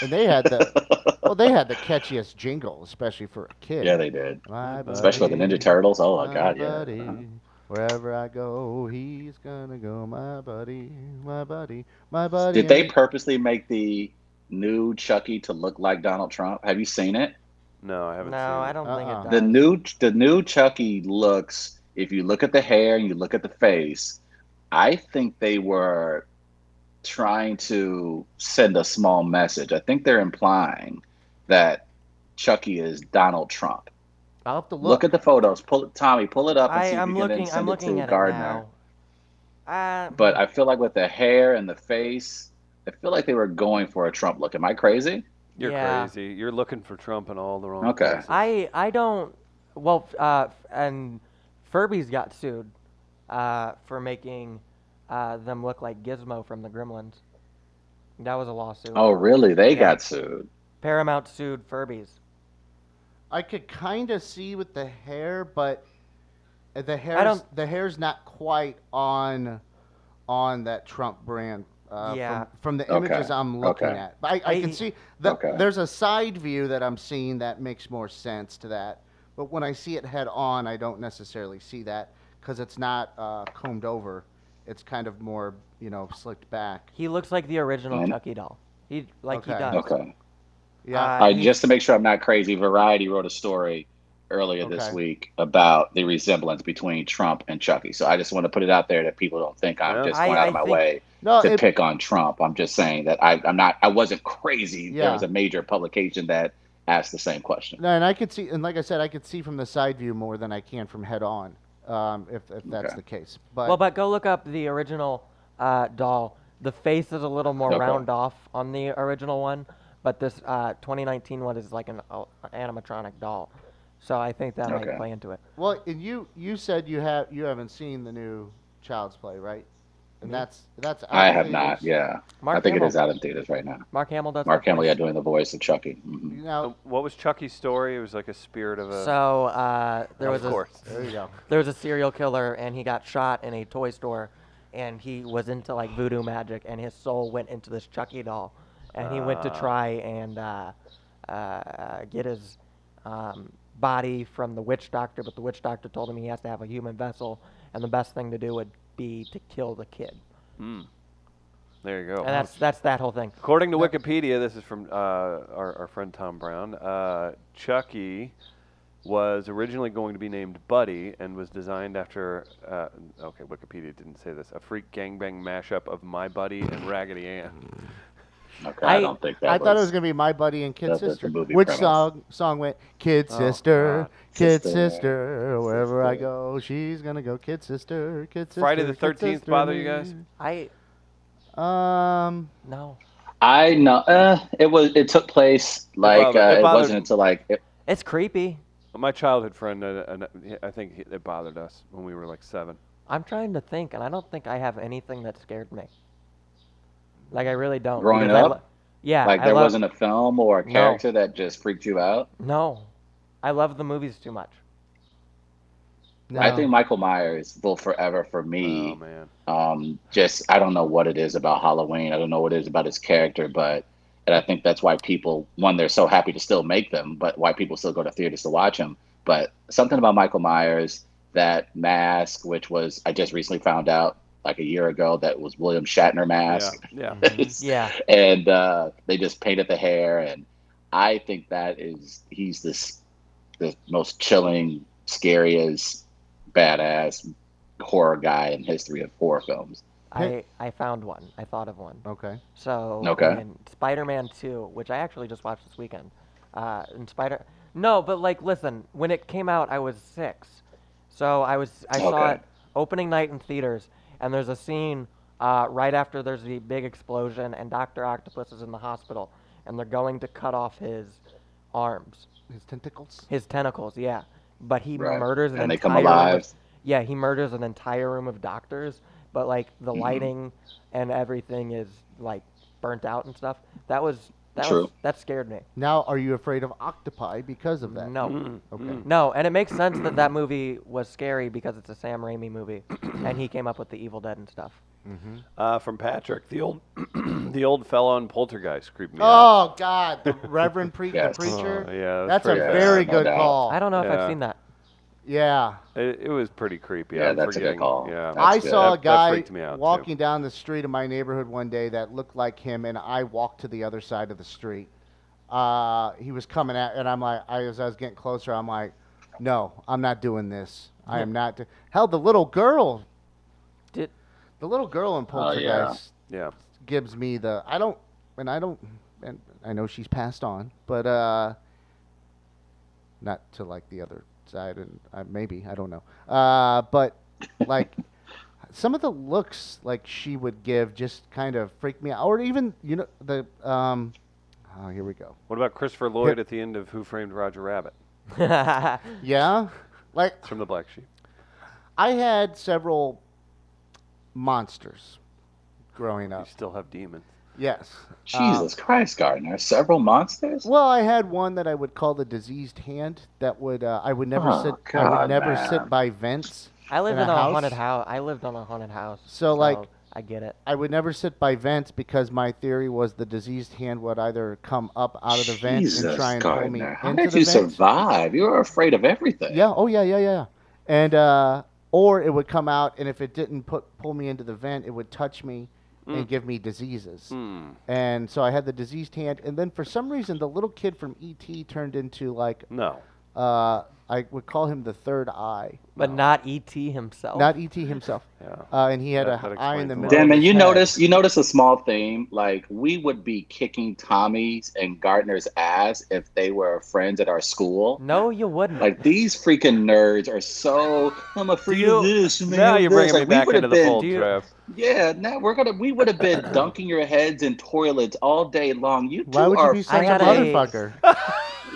Speaker 3: and they had the well, they had the catchiest jingle, especially for a kid.
Speaker 2: Yeah, they did.
Speaker 3: My
Speaker 2: Especially with the
Speaker 3: buddy,
Speaker 2: Ninja Turtles. Oh my
Speaker 3: my
Speaker 2: god, yeah.
Speaker 3: buddy, Wherever I go, he's gonna go. My buddy, my buddy, my buddy.
Speaker 2: Did they purposely make the new Chucky to look like Donald Trump? Have you seen it?
Speaker 1: no, I haven't.
Speaker 4: no,
Speaker 1: seen
Speaker 4: I
Speaker 1: it.
Speaker 4: don't
Speaker 3: Uh-uh.
Speaker 4: think
Speaker 2: The
Speaker 4: it does.
Speaker 2: new the new Chucky looks, if you look at the hair and you look at the face, I think they were trying to send a small message. I think they're implying that Chucky is Donald Trump.
Speaker 3: I'll have to look.
Speaker 2: Look, at the photos. Pull it, Tommy. Pull it up and
Speaker 4: I,
Speaker 2: see if
Speaker 4: I'm
Speaker 2: you can then
Speaker 4: looking.
Speaker 2: send
Speaker 4: I'm
Speaker 2: it
Speaker 4: looking
Speaker 2: to
Speaker 4: at
Speaker 2: Gardner.
Speaker 4: it now. Uh,
Speaker 2: But I feel like with the hair and the face, I feel like they were going for a Trump look. Am I crazy?
Speaker 1: You're
Speaker 4: Yeah.
Speaker 1: crazy. You're looking for Trump in all the wrong
Speaker 2: Okay.
Speaker 1: places.
Speaker 4: I I don't. Well, f- uh, f- and Furby's got sued uh, for making uh, them look like Gizmo from the Gremlins. That was a lawsuit.
Speaker 2: Oh, really? They
Speaker 4: Yeah.
Speaker 2: got sued.
Speaker 4: Paramount sued Furby's.
Speaker 3: I could kind of see with the hair, but uh, the hair's
Speaker 4: don't-
Speaker 3: the hair's not quite on on that Trump brand. Uh,
Speaker 4: Yeah.
Speaker 3: From, from the
Speaker 2: Okay,
Speaker 3: images I'm looking
Speaker 2: okay.
Speaker 3: at, but I, I can
Speaker 4: I-
Speaker 3: see the,
Speaker 2: Okay.
Speaker 3: there's a side view that I'm seeing that makes more sense to that. But when I see it head on, I don't necessarily see that because it's not uh, combed over. It's kind of more, you know, slicked back.
Speaker 4: He looks like the original
Speaker 2: Mm.
Speaker 4: Chucky doll. He like he
Speaker 3: Okay.
Speaker 4: does.
Speaker 2: Okay.
Speaker 3: Yeah.
Speaker 4: Uh,
Speaker 2: All right,
Speaker 4: he-
Speaker 2: just to make sure I'm not crazy, Variety wrote a story earlier this
Speaker 3: Okay.
Speaker 2: week about the resemblance between Trump and Chucky. So I just want to put it out there that people don't think I'm
Speaker 1: Yeah.
Speaker 2: just
Speaker 4: I-
Speaker 2: going out
Speaker 4: I
Speaker 2: of my
Speaker 4: think-
Speaker 2: way
Speaker 3: no,
Speaker 2: to
Speaker 3: it,
Speaker 2: pick on Trump. I'm just saying that I, I'm not. I wasn't crazy.
Speaker 3: Yeah.
Speaker 2: There was a major publication that ask the same question.
Speaker 3: No, and I could see, and like I said, I could see from the side view more than I can from head on, um, if, if that's
Speaker 2: Okay.
Speaker 3: the case. But,
Speaker 4: Well, but go look up the original uh, doll. The face is a little more
Speaker 2: Okay.
Speaker 4: round off on the original one, but this uh, 2019 one is like an uh, animatronic doll. So I think that
Speaker 2: Okay.
Speaker 4: might play into it.
Speaker 3: well, and you you said you have you haven't seen the new Child's Play, right? And
Speaker 4: Me?
Speaker 3: that's that's out
Speaker 2: I
Speaker 3: in
Speaker 2: have not.
Speaker 3: theaters.
Speaker 2: Yeah,
Speaker 4: Mark
Speaker 2: I think
Speaker 4: Hamill.
Speaker 2: it is out in theaters right now.
Speaker 4: Mark Hamill does.
Speaker 2: Mark
Speaker 4: the
Speaker 2: Hamill,
Speaker 4: voice.
Speaker 2: yeah, doing the voice of Chucky. Mhm.
Speaker 3: Now,
Speaker 1: Um, What was Chucky's story? It was like a spirit of a.
Speaker 4: So uh, there
Speaker 1: of
Speaker 4: was a
Speaker 1: course.
Speaker 3: there you go.
Speaker 4: there was a serial killer and he got shot in a toy store and he was into like voodoo magic and his soul went into this Chucky doll and he went to
Speaker 1: Ah.
Speaker 4: try and uh, uh, uh, get his um, body from the witch doctor but the witch doctor told him he has to have a human vessel and the best thing to do would be to kill the kid
Speaker 1: Mm. There you go.
Speaker 4: and that's that's that whole thing
Speaker 1: According to Wikipedia, this is from uh, our, our friend Tom Brown. Uh, Chucky was originally going to be named Buddy and was designed after. Uh, okay, Wikipedia didn't say this. A freak gangbang mashup of My Buddy and Raggedy Ann.
Speaker 2: Okay, I,
Speaker 4: I-
Speaker 2: don't think that.
Speaker 3: I
Speaker 2: was,
Speaker 3: thought it was gonna be my buddy and kid
Speaker 2: That's- that's
Speaker 3: sister.
Speaker 2: a movie
Speaker 3: Which
Speaker 2: premise.
Speaker 3: song song went? Kid
Speaker 1: Oh,
Speaker 3: sister,
Speaker 1: God.
Speaker 3: kid sister,
Speaker 2: Sister,
Speaker 3: wherever I
Speaker 2: sister.
Speaker 3: go, she's gonna go. Kid sister, kid sister.
Speaker 1: Friday the
Speaker 3: kid
Speaker 1: 13th
Speaker 3: sister,
Speaker 1: bother you guys?
Speaker 4: I
Speaker 3: Um,
Speaker 4: no
Speaker 2: I know. Uh, it was. It took place like
Speaker 1: bothered-
Speaker 2: uh,
Speaker 1: it
Speaker 2: it,
Speaker 1: bothered-
Speaker 2: wasn't until like it,
Speaker 4: it's creepy
Speaker 1: My childhood friend, uh, and I think he- it bothered us when we were like seven.
Speaker 4: I'm trying to think, and I don't think I have anything that scared me. Like I really don't.
Speaker 2: Growing
Speaker 4: because I
Speaker 2: up?
Speaker 4: lo- yeah.
Speaker 2: like
Speaker 4: I
Speaker 2: there
Speaker 4: love-
Speaker 2: wasn't a film or a
Speaker 4: No.
Speaker 2: character that just freaked you out.
Speaker 4: No, I love the movies too much.
Speaker 3: no.
Speaker 2: I think Michael Myers will forever for
Speaker 1: Oh
Speaker 2: me.
Speaker 1: man.
Speaker 2: um, just I don't know what it is about Halloween. I don't know what it is about his character, but and I think that's why people one they're so happy to still make them, but why people still go to theaters to watch him. But something about Michael Myers that mask, which was I just recently found out like a year ago that was William Shatner
Speaker 1: Yeah.
Speaker 2: mask,
Speaker 1: Yeah.
Speaker 4: Yeah.
Speaker 2: and uh, they just painted the hair, and I think that is he's this the most chilling, scariest, badass horror guy in history of horror films.
Speaker 4: I, I found one. I thought of one.
Speaker 3: Okay.
Speaker 4: So
Speaker 2: Okay.
Speaker 4: in Spider-Man 2, which I actually just watched this weekend. Uh, in Spider. No, but like, listen. When it came out, I was six, so I was I saw
Speaker 2: Okay.
Speaker 4: it opening night in theaters, and there's a scene uh, right after there's the big explosion, and Doctor Octopus is in the hospital, and they're going to cut off his arms,
Speaker 3: His tentacles.
Speaker 4: his tentacles. Yeah, but he
Speaker 2: Right.
Speaker 4: murders an
Speaker 2: and they
Speaker 4: entire
Speaker 2: come
Speaker 4: room of-
Speaker 2: alive.
Speaker 4: yeah, he murders an entire room of doctors, but like the
Speaker 2: Mhm.
Speaker 4: lighting and everything is like burnt out and stuff. That was that was
Speaker 2: True.
Speaker 4: that scared me.
Speaker 3: Now, are you afraid of octopi because of that?
Speaker 4: No.
Speaker 2: Mm-hmm.
Speaker 1: Mm,
Speaker 3: Okay.
Speaker 1: mm.
Speaker 4: No, and it makes sense that that movie was scary because it's a Sam Raimi movie and he came up with the Evil Dead and stuff.
Speaker 3: Mm-hmm.
Speaker 1: Uh, from Patrick, the old, the old fellow on Poltergeist creeped me out.
Speaker 3: Oh God, the Reverend pre-
Speaker 2: Yes.
Speaker 3: the preacher.
Speaker 1: Oh, yeah,
Speaker 3: That's a
Speaker 1: pretty
Speaker 2: Yeah,
Speaker 1: bad.
Speaker 3: very
Speaker 2: no
Speaker 3: good
Speaker 2: doubt.
Speaker 3: call.
Speaker 4: I don't know if
Speaker 1: Yeah.
Speaker 4: I've seen that.
Speaker 3: yeah.
Speaker 1: It, it was pretty creepy.
Speaker 2: Yeah,
Speaker 1: I'm
Speaker 2: that's a good
Speaker 1: forgetting-
Speaker 2: call.
Speaker 1: Yeah,
Speaker 2: That's
Speaker 3: I
Speaker 2: good.
Speaker 3: saw
Speaker 1: That-
Speaker 3: a
Speaker 1: that
Speaker 3: guy
Speaker 1: freaked me out, too.
Speaker 3: walking down the street in my neighborhood one day that looked like him, and I walked to the other side of the street. Uh, he was coming at, and I'm like, I, as I was getting closer, I'm like, no, I'm not doing this. I am not. Do-. Hell, the little girl,
Speaker 4: Did
Speaker 3: the little girl in
Speaker 2: Oh,
Speaker 3: Poltergeist
Speaker 2: yeah.
Speaker 1: yeah.
Speaker 3: gives me the I don't and I don't and I know she's passed on, but uh not to like the other side and uh, maybe I don't know. Uh but like some of the looks like she would give just kind of freak me out or even you know the um oh here we go.
Speaker 1: What about Christopher Lloyd at the end of Who Framed Roger Rabbit?
Speaker 3: Yeah. Like
Speaker 1: It's from the Black Sheep.
Speaker 3: I had several monsters growing
Speaker 1: You
Speaker 3: up.
Speaker 1: still have demons.
Speaker 3: Yes. Um,
Speaker 2: Jesus Christ, Gardner! Several monsters.
Speaker 3: Well, I had one that I would call the diseased hand. That would uh, I would never
Speaker 2: Oh,
Speaker 3: sit. I would
Speaker 2: God,
Speaker 3: never
Speaker 2: man.
Speaker 3: sit by vents.
Speaker 4: I lived
Speaker 3: In
Speaker 4: in,
Speaker 3: a
Speaker 4: a,
Speaker 3: house?
Speaker 4: haunted house. I lived on a haunted house.
Speaker 3: So, like-
Speaker 4: I get it.
Speaker 3: I would never sit by vents because my theory was the diseased hand would either come up out of the vent and try and pull me
Speaker 2: Gardner, How
Speaker 3: into
Speaker 2: did
Speaker 3: the
Speaker 2: you
Speaker 3: vents.
Speaker 2: survive? You were afraid of everything.
Speaker 3: Yeah. Oh yeah. Yeah. Yeah. And uh, or it would come out, and if it didn't put pull me into the vent, it would touch me and
Speaker 1: Mm.
Speaker 3: give me diseases.
Speaker 1: Hmm.
Speaker 3: And so I had the E diseased hand, and then for some reason, the little kid from ET turned into like
Speaker 1: No.
Speaker 3: uh, I would call him the third eye,
Speaker 4: but not ET himself.
Speaker 3: not ET himself.
Speaker 1: Yeah.
Speaker 3: Uh, and he had
Speaker 1: That-
Speaker 3: an
Speaker 1: that
Speaker 3: eye in
Speaker 1: explains
Speaker 3: the
Speaker 1: a
Speaker 3: middle.
Speaker 1: lot.
Speaker 3: of
Speaker 1: Damn
Speaker 2: Dan, man,
Speaker 3: his
Speaker 2: you
Speaker 3: head.
Speaker 2: notice you notice a small theme. Like we would be kicking Tommy's and Gardner's ass if they were friends at our school.
Speaker 4: no, you wouldn't.
Speaker 2: Like these freaking nerds are so. I'm a freak
Speaker 1: you-
Speaker 2: of this. I'm a
Speaker 1: Now
Speaker 2: freak
Speaker 1: you're
Speaker 2: of this.
Speaker 1: bringing me
Speaker 2: Like, we
Speaker 1: back
Speaker 2: would have
Speaker 1: into the
Speaker 2: been-
Speaker 1: fold,
Speaker 4: do you-
Speaker 1: Trev.
Speaker 2: Yeah, now we're gonna. We would have been dunking your heads in toilets all day long. You two
Speaker 3: Why would you
Speaker 2: are.
Speaker 3: be
Speaker 2: You,
Speaker 3: such a
Speaker 4: gotta-
Speaker 3: motherfucker?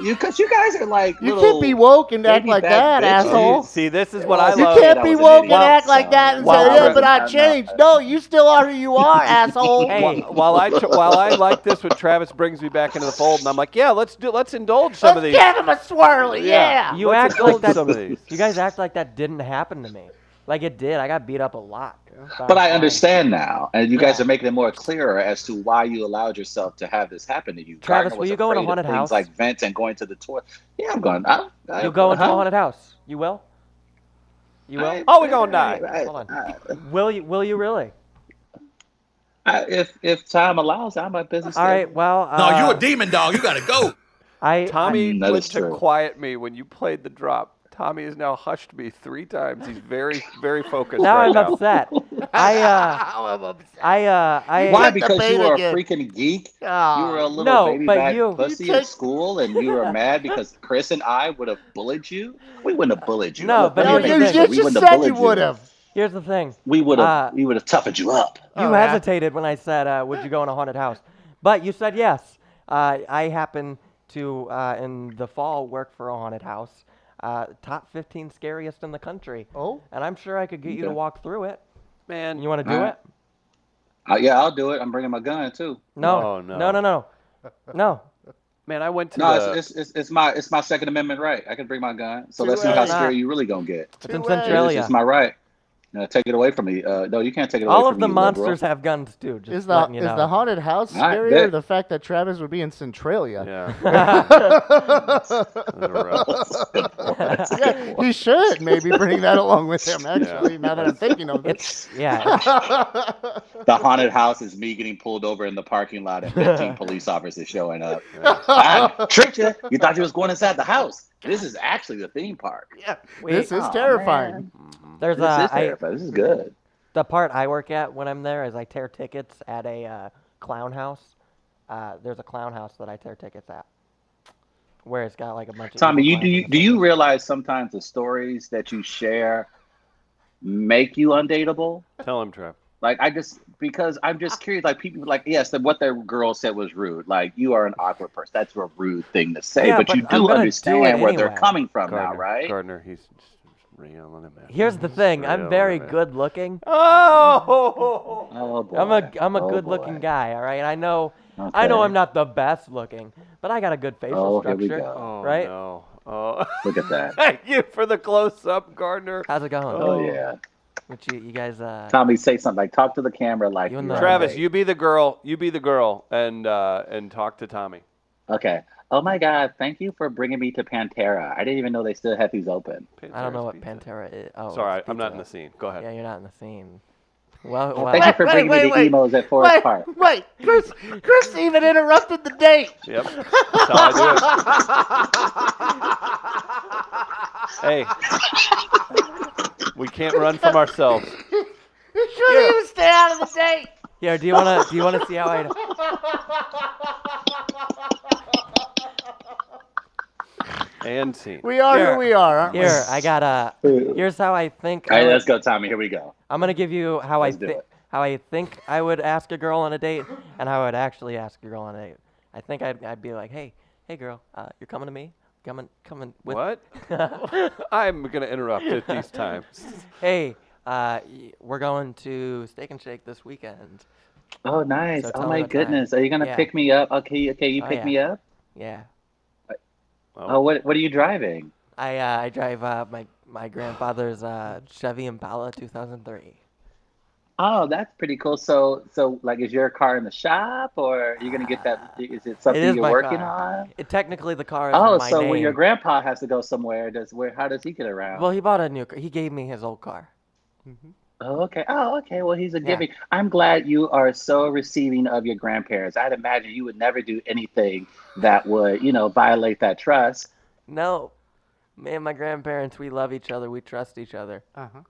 Speaker 2: because you guys are like.
Speaker 3: You
Speaker 2: little-
Speaker 3: can't be woke and act
Speaker 2: baby
Speaker 3: like
Speaker 2: back
Speaker 3: that,
Speaker 2: bitches.
Speaker 3: asshole.
Speaker 1: See, see, this is what I
Speaker 2: You
Speaker 3: You
Speaker 1: love.
Speaker 2: Okay,
Speaker 3: can't
Speaker 2: that
Speaker 3: be
Speaker 2: was an
Speaker 3: woke and
Speaker 2: idiot.
Speaker 3: act like that and
Speaker 1: Wow.
Speaker 3: say, yeah, but
Speaker 2: Wow.
Speaker 3: I changed. No, you still are who you are, asshole.
Speaker 4: Hey.
Speaker 1: Wh- while I tr- while I like this when Travis brings me back into the fold, and I'm like, yeah, let's do let's indulge some
Speaker 3: Let's
Speaker 1: of
Speaker 3: give
Speaker 1: these.
Speaker 3: him a swirly, yeah.
Speaker 4: you
Speaker 1: let's
Speaker 4: act like
Speaker 1: indulge
Speaker 4: that.
Speaker 1: some of these.
Speaker 4: You guys act like that didn't happen to me. Like it did. I got beat up a lot.
Speaker 2: But I understand now, and you guys
Speaker 4: Yeah.
Speaker 2: are making it more clearer as to why you allowed yourself to have this happen to you.
Speaker 4: Travis,
Speaker 2: Gardner
Speaker 4: will
Speaker 2: was
Speaker 4: you go in a
Speaker 2: afraid of
Speaker 4: haunted
Speaker 2: things
Speaker 4: house?
Speaker 2: Like vents and going to the toilet. Yeah, I'm going. I, I, uh-huh.
Speaker 4: You go into a
Speaker 2: huh?
Speaker 4: haunted house. You will. You will.
Speaker 2: I-
Speaker 1: Oh, we gonna
Speaker 2: I-
Speaker 1: die.
Speaker 2: I-
Speaker 4: Hold on.
Speaker 2: I-
Speaker 4: Will you? Will you really?
Speaker 2: I- if if time allows, I'm a business.
Speaker 4: All right. Well. Uh,
Speaker 5: no, you a demon dog. You gotta go.
Speaker 4: I.
Speaker 1: Tommy
Speaker 2: Mm, that
Speaker 1: went
Speaker 2: is
Speaker 1: to
Speaker 2: true.
Speaker 1: quiet me when you played the drop. Tommy has now hushed me three times. He's very, very focused
Speaker 4: Now
Speaker 1: right
Speaker 4: I'm
Speaker 1: now.
Speaker 4: upset. I. Uh,
Speaker 3: I'm upset.
Speaker 4: I. Uh,
Speaker 2: Why?
Speaker 4: I.
Speaker 3: got the
Speaker 2: Because you
Speaker 3: beta
Speaker 2: were a
Speaker 3: kid.
Speaker 2: freaking geek.
Speaker 3: Aw.
Speaker 2: You were a little
Speaker 4: Oh, No,
Speaker 2: baby
Speaker 4: but
Speaker 2: back
Speaker 4: you-
Speaker 2: pussy
Speaker 3: You
Speaker 2: at
Speaker 3: took-
Speaker 2: school, and you were mad because Chris and I would have bullied you. We wouldn't have bullied you.
Speaker 4: No,
Speaker 2: Look,
Speaker 4: but
Speaker 2: let
Speaker 3: no,
Speaker 2: me
Speaker 4: here's
Speaker 3: you,
Speaker 2: make
Speaker 4: the
Speaker 2: this clear. We
Speaker 3: you just
Speaker 4: thing.
Speaker 2: wouldn't have
Speaker 3: said you
Speaker 2: bullied
Speaker 3: would have.
Speaker 4: Here's the thing.
Speaker 2: We would have.
Speaker 4: Uh,
Speaker 2: we would have toughened you up.
Speaker 4: You
Speaker 3: Oh, yeah.
Speaker 4: hesitated when I said, uh, "Would you go in a haunted house?" But you said yes. Uh, I happen to uh, in the fall work for a haunted house, uh, top 15 scariest in the country,
Speaker 3: Oh,
Speaker 4: and I'm sure I could get you to
Speaker 2: Okay.
Speaker 4: walk through it.
Speaker 1: man.
Speaker 4: You want to do
Speaker 2: Alright.
Speaker 4: it?
Speaker 2: Uh, yeah, I'll do it. I'm bringing my gun too.
Speaker 4: No,
Speaker 1: Oh,
Speaker 4: no, no, no, no.
Speaker 1: man, I went to
Speaker 2: No,
Speaker 1: the.
Speaker 2: it's, it's, it's, it's my it's my Second Amendment right. I can bring my gun. So
Speaker 3: Too
Speaker 2: let's see how
Speaker 4: late.
Speaker 2: scary you really gonna get.
Speaker 4: It's in
Speaker 3: Too late.
Speaker 2: It's,
Speaker 4: Centralia.
Speaker 2: it's my right. Now take it away from me. Uh, no, you can't take it away
Speaker 4: All
Speaker 2: from
Speaker 4: of the
Speaker 2: me, liberal.
Speaker 4: monsters have guns too. Just
Speaker 3: is the
Speaker 4: letting you
Speaker 3: is
Speaker 4: know.
Speaker 3: the haunted house
Speaker 2: All right,
Speaker 3: scarier?
Speaker 2: bet.
Speaker 3: the fact that Travis would be in Centralia.
Speaker 1: yeah. it was rough.
Speaker 3: Yeah, he should maybe bring that along with him. Actually, now that I'm thinking of it,
Speaker 4: it's yeah.
Speaker 2: The haunted house is me getting pulled over in the parking lot and 15 police officers showing up. I tricked you. You thought you was going inside the house. This is actually the theme park.
Speaker 4: Wait, oh,
Speaker 3: this is
Speaker 2: Aw,
Speaker 3: terrifying.
Speaker 1: Mm-hmm.
Speaker 4: there's
Speaker 2: This
Speaker 4: a
Speaker 2: is terrifying. This is good.
Speaker 4: the part I work at when I'm there is I tear tickets at a uh, clown house. Uh, there's a clown house that I tear tickets at, where it's got like a bunch of.
Speaker 2: Tommy,
Speaker 4: evil
Speaker 2: you do
Speaker 4: clowns
Speaker 2: you,
Speaker 4: and
Speaker 2: do
Speaker 4: stuff.
Speaker 2: you realize sometimes the stories that you share make you undateable?
Speaker 1: Tell him, Trev.
Speaker 2: Like I just because I'm just curious. Like people like yes, that what their girl said was rude. Like you are an awkward person. That's a rude thing to say,
Speaker 4: Yeah,
Speaker 2: but,
Speaker 4: but
Speaker 2: you
Speaker 4: I'm
Speaker 2: do
Speaker 4: gonna do
Speaker 2: understand
Speaker 4: it
Speaker 2: where they're
Speaker 4: anyway.
Speaker 2: coming from
Speaker 1: Gardner,
Speaker 2: now, right?
Speaker 1: Gardner, he's just reeling him in.
Speaker 4: Here's the thing. I'm
Speaker 1: Reeling
Speaker 4: very
Speaker 1: him in.
Speaker 4: good looking.
Speaker 1: Oh.
Speaker 2: Oh boy.
Speaker 4: I'm a I'm a
Speaker 2: Oh,
Speaker 4: good looking
Speaker 2: boy.
Speaker 4: guy. All right. I know I
Speaker 2: Okay.
Speaker 4: know I'm not the best looking, but I got a good facial
Speaker 2: Oh, here
Speaker 4: structure.
Speaker 2: we go.
Speaker 1: Oh,
Speaker 4: Right?
Speaker 1: No. Oh.
Speaker 2: Look at that.
Speaker 1: Thank you for the close up, Gardner.
Speaker 4: How's it going?
Speaker 2: Oh yeah.
Speaker 4: What you you guys uh
Speaker 2: Tommy, say something. Like talk to the camera. Like
Speaker 4: You and
Speaker 2: you're on
Speaker 4: the-
Speaker 1: Travis,
Speaker 2: date.
Speaker 1: you be the girl. You be the girl, and uh, and talk to Tommy.
Speaker 2: Okay. Oh my God! Thank you for bringing me to Pantera. I didn't even know they still had these open.
Speaker 4: I don't know
Speaker 1: Pantera's
Speaker 4: what
Speaker 1: pizza.
Speaker 4: Pantera is. Oh,
Speaker 1: Sorry,
Speaker 4: it's
Speaker 1: I'm not
Speaker 4: pizza.
Speaker 1: in the scene. Go ahead.
Speaker 4: Yeah, you're not in the scene. Well, well
Speaker 2: Thank you for
Speaker 3: Wait,
Speaker 2: bringing
Speaker 3: wait,
Speaker 2: me to
Speaker 3: wait.
Speaker 2: emos at Forest
Speaker 3: Wait,
Speaker 2: Park.
Speaker 3: wait, Chris, Chris even interrupted the date.
Speaker 1: Yep. That's how I do it. hey. We can't run from ourselves.
Speaker 3: He couldn't even stay out of the date.
Speaker 4: here, do you wanna do you wanna see how I?
Speaker 1: And scene.
Speaker 3: We are
Speaker 4: Here.
Speaker 3: who we are, aren't
Speaker 4: Here, I got a. Here's how I think.
Speaker 2: All
Speaker 4: I
Speaker 2: right,
Speaker 4: would-
Speaker 2: let's go, Tommy. Here we go.
Speaker 4: I'm gonna give you how
Speaker 2: Let's
Speaker 4: I
Speaker 2: do
Speaker 4: think
Speaker 2: it.
Speaker 4: how I think I would ask a girl on a date and how I would actually ask a girl on a date. I think I'd, I'd be like, hey, hey girl, uh, you're coming to me, coming coming with.
Speaker 1: What? I'm gonna interrupt at these times.
Speaker 4: Hey, uh, y- we're going to Steak and Shake this weekend.
Speaker 2: Oh, nice.
Speaker 4: So tell
Speaker 2: oh my
Speaker 4: him that.
Speaker 2: goodness. Are you gonna
Speaker 4: Yeah.
Speaker 2: pick me up? Okay, okay, you
Speaker 4: Oh,
Speaker 2: pick
Speaker 4: yeah.
Speaker 2: me up.
Speaker 4: Yeah,
Speaker 2: Oh, what what are you driving?
Speaker 4: I uh, I drive uh, my my grandfather's uh, Chevy Impala 2003.
Speaker 2: Oh, that's pretty cool. So so like, is your car in the shop, or are you gonna get that? Is it something
Speaker 4: Ah. is
Speaker 2: you're
Speaker 4: my
Speaker 2: working
Speaker 4: car.
Speaker 2: on?
Speaker 4: It, technically, the car is in
Speaker 2: Oh,
Speaker 4: my
Speaker 2: so
Speaker 4: name.
Speaker 2: when your grandpa has to go somewhere, does where? How does he get around?
Speaker 4: well, he bought a new. car. He gave me his old car.
Speaker 3: Mm-hmm.
Speaker 2: Oh, okay. Oh, okay. Well, he's a
Speaker 4: Yeah.
Speaker 2: giving. I'm glad you are so receiving of your grandparents. I'd imagine you would never do anything that would, you know, violate that trust.
Speaker 4: No, Me and my grandparents, we love each other. We trust each other.
Speaker 3: Uh huh.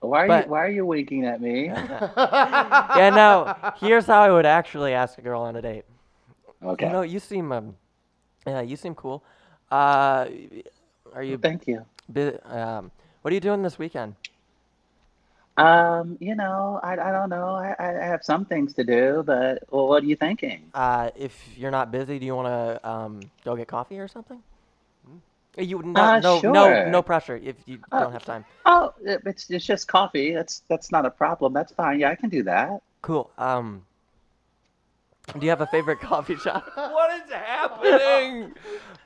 Speaker 2: Why are
Speaker 4: But-
Speaker 2: you Why are you winking at me?
Speaker 3: Uh-huh.
Speaker 4: Yeah, no. Here's how I would actually ask a girl on a date.
Speaker 2: Okay.
Speaker 4: You know, you seem um, yeah, you seem cool. Uh, are you?
Speaker 2: Thank you.
Speaker 4: bu- Um, what are you doing this weekend?
Speaker 2: Um, you know, I, I don't know. I, I have some things to do, but well, what are you thinking?
Speaker 4: Uh, if you're not busy, do you want to um, go get coffee or something? Uh, You not,
Speaker 2: Uh,
Speaker 4: no no
Speaker 2: Hmm? sure.
Speaker 4: no pressure if you
Speaker 2: Uh,
Speaker 4: don't have time.
Speaker 2: Oh, it- it's it's just coffee. That's that's not a problem. That's fine. Yeah, I can do that.
Speaker 4: Cool. Um, do you have a favorite coffee shop?
Speaker 1: What is happening?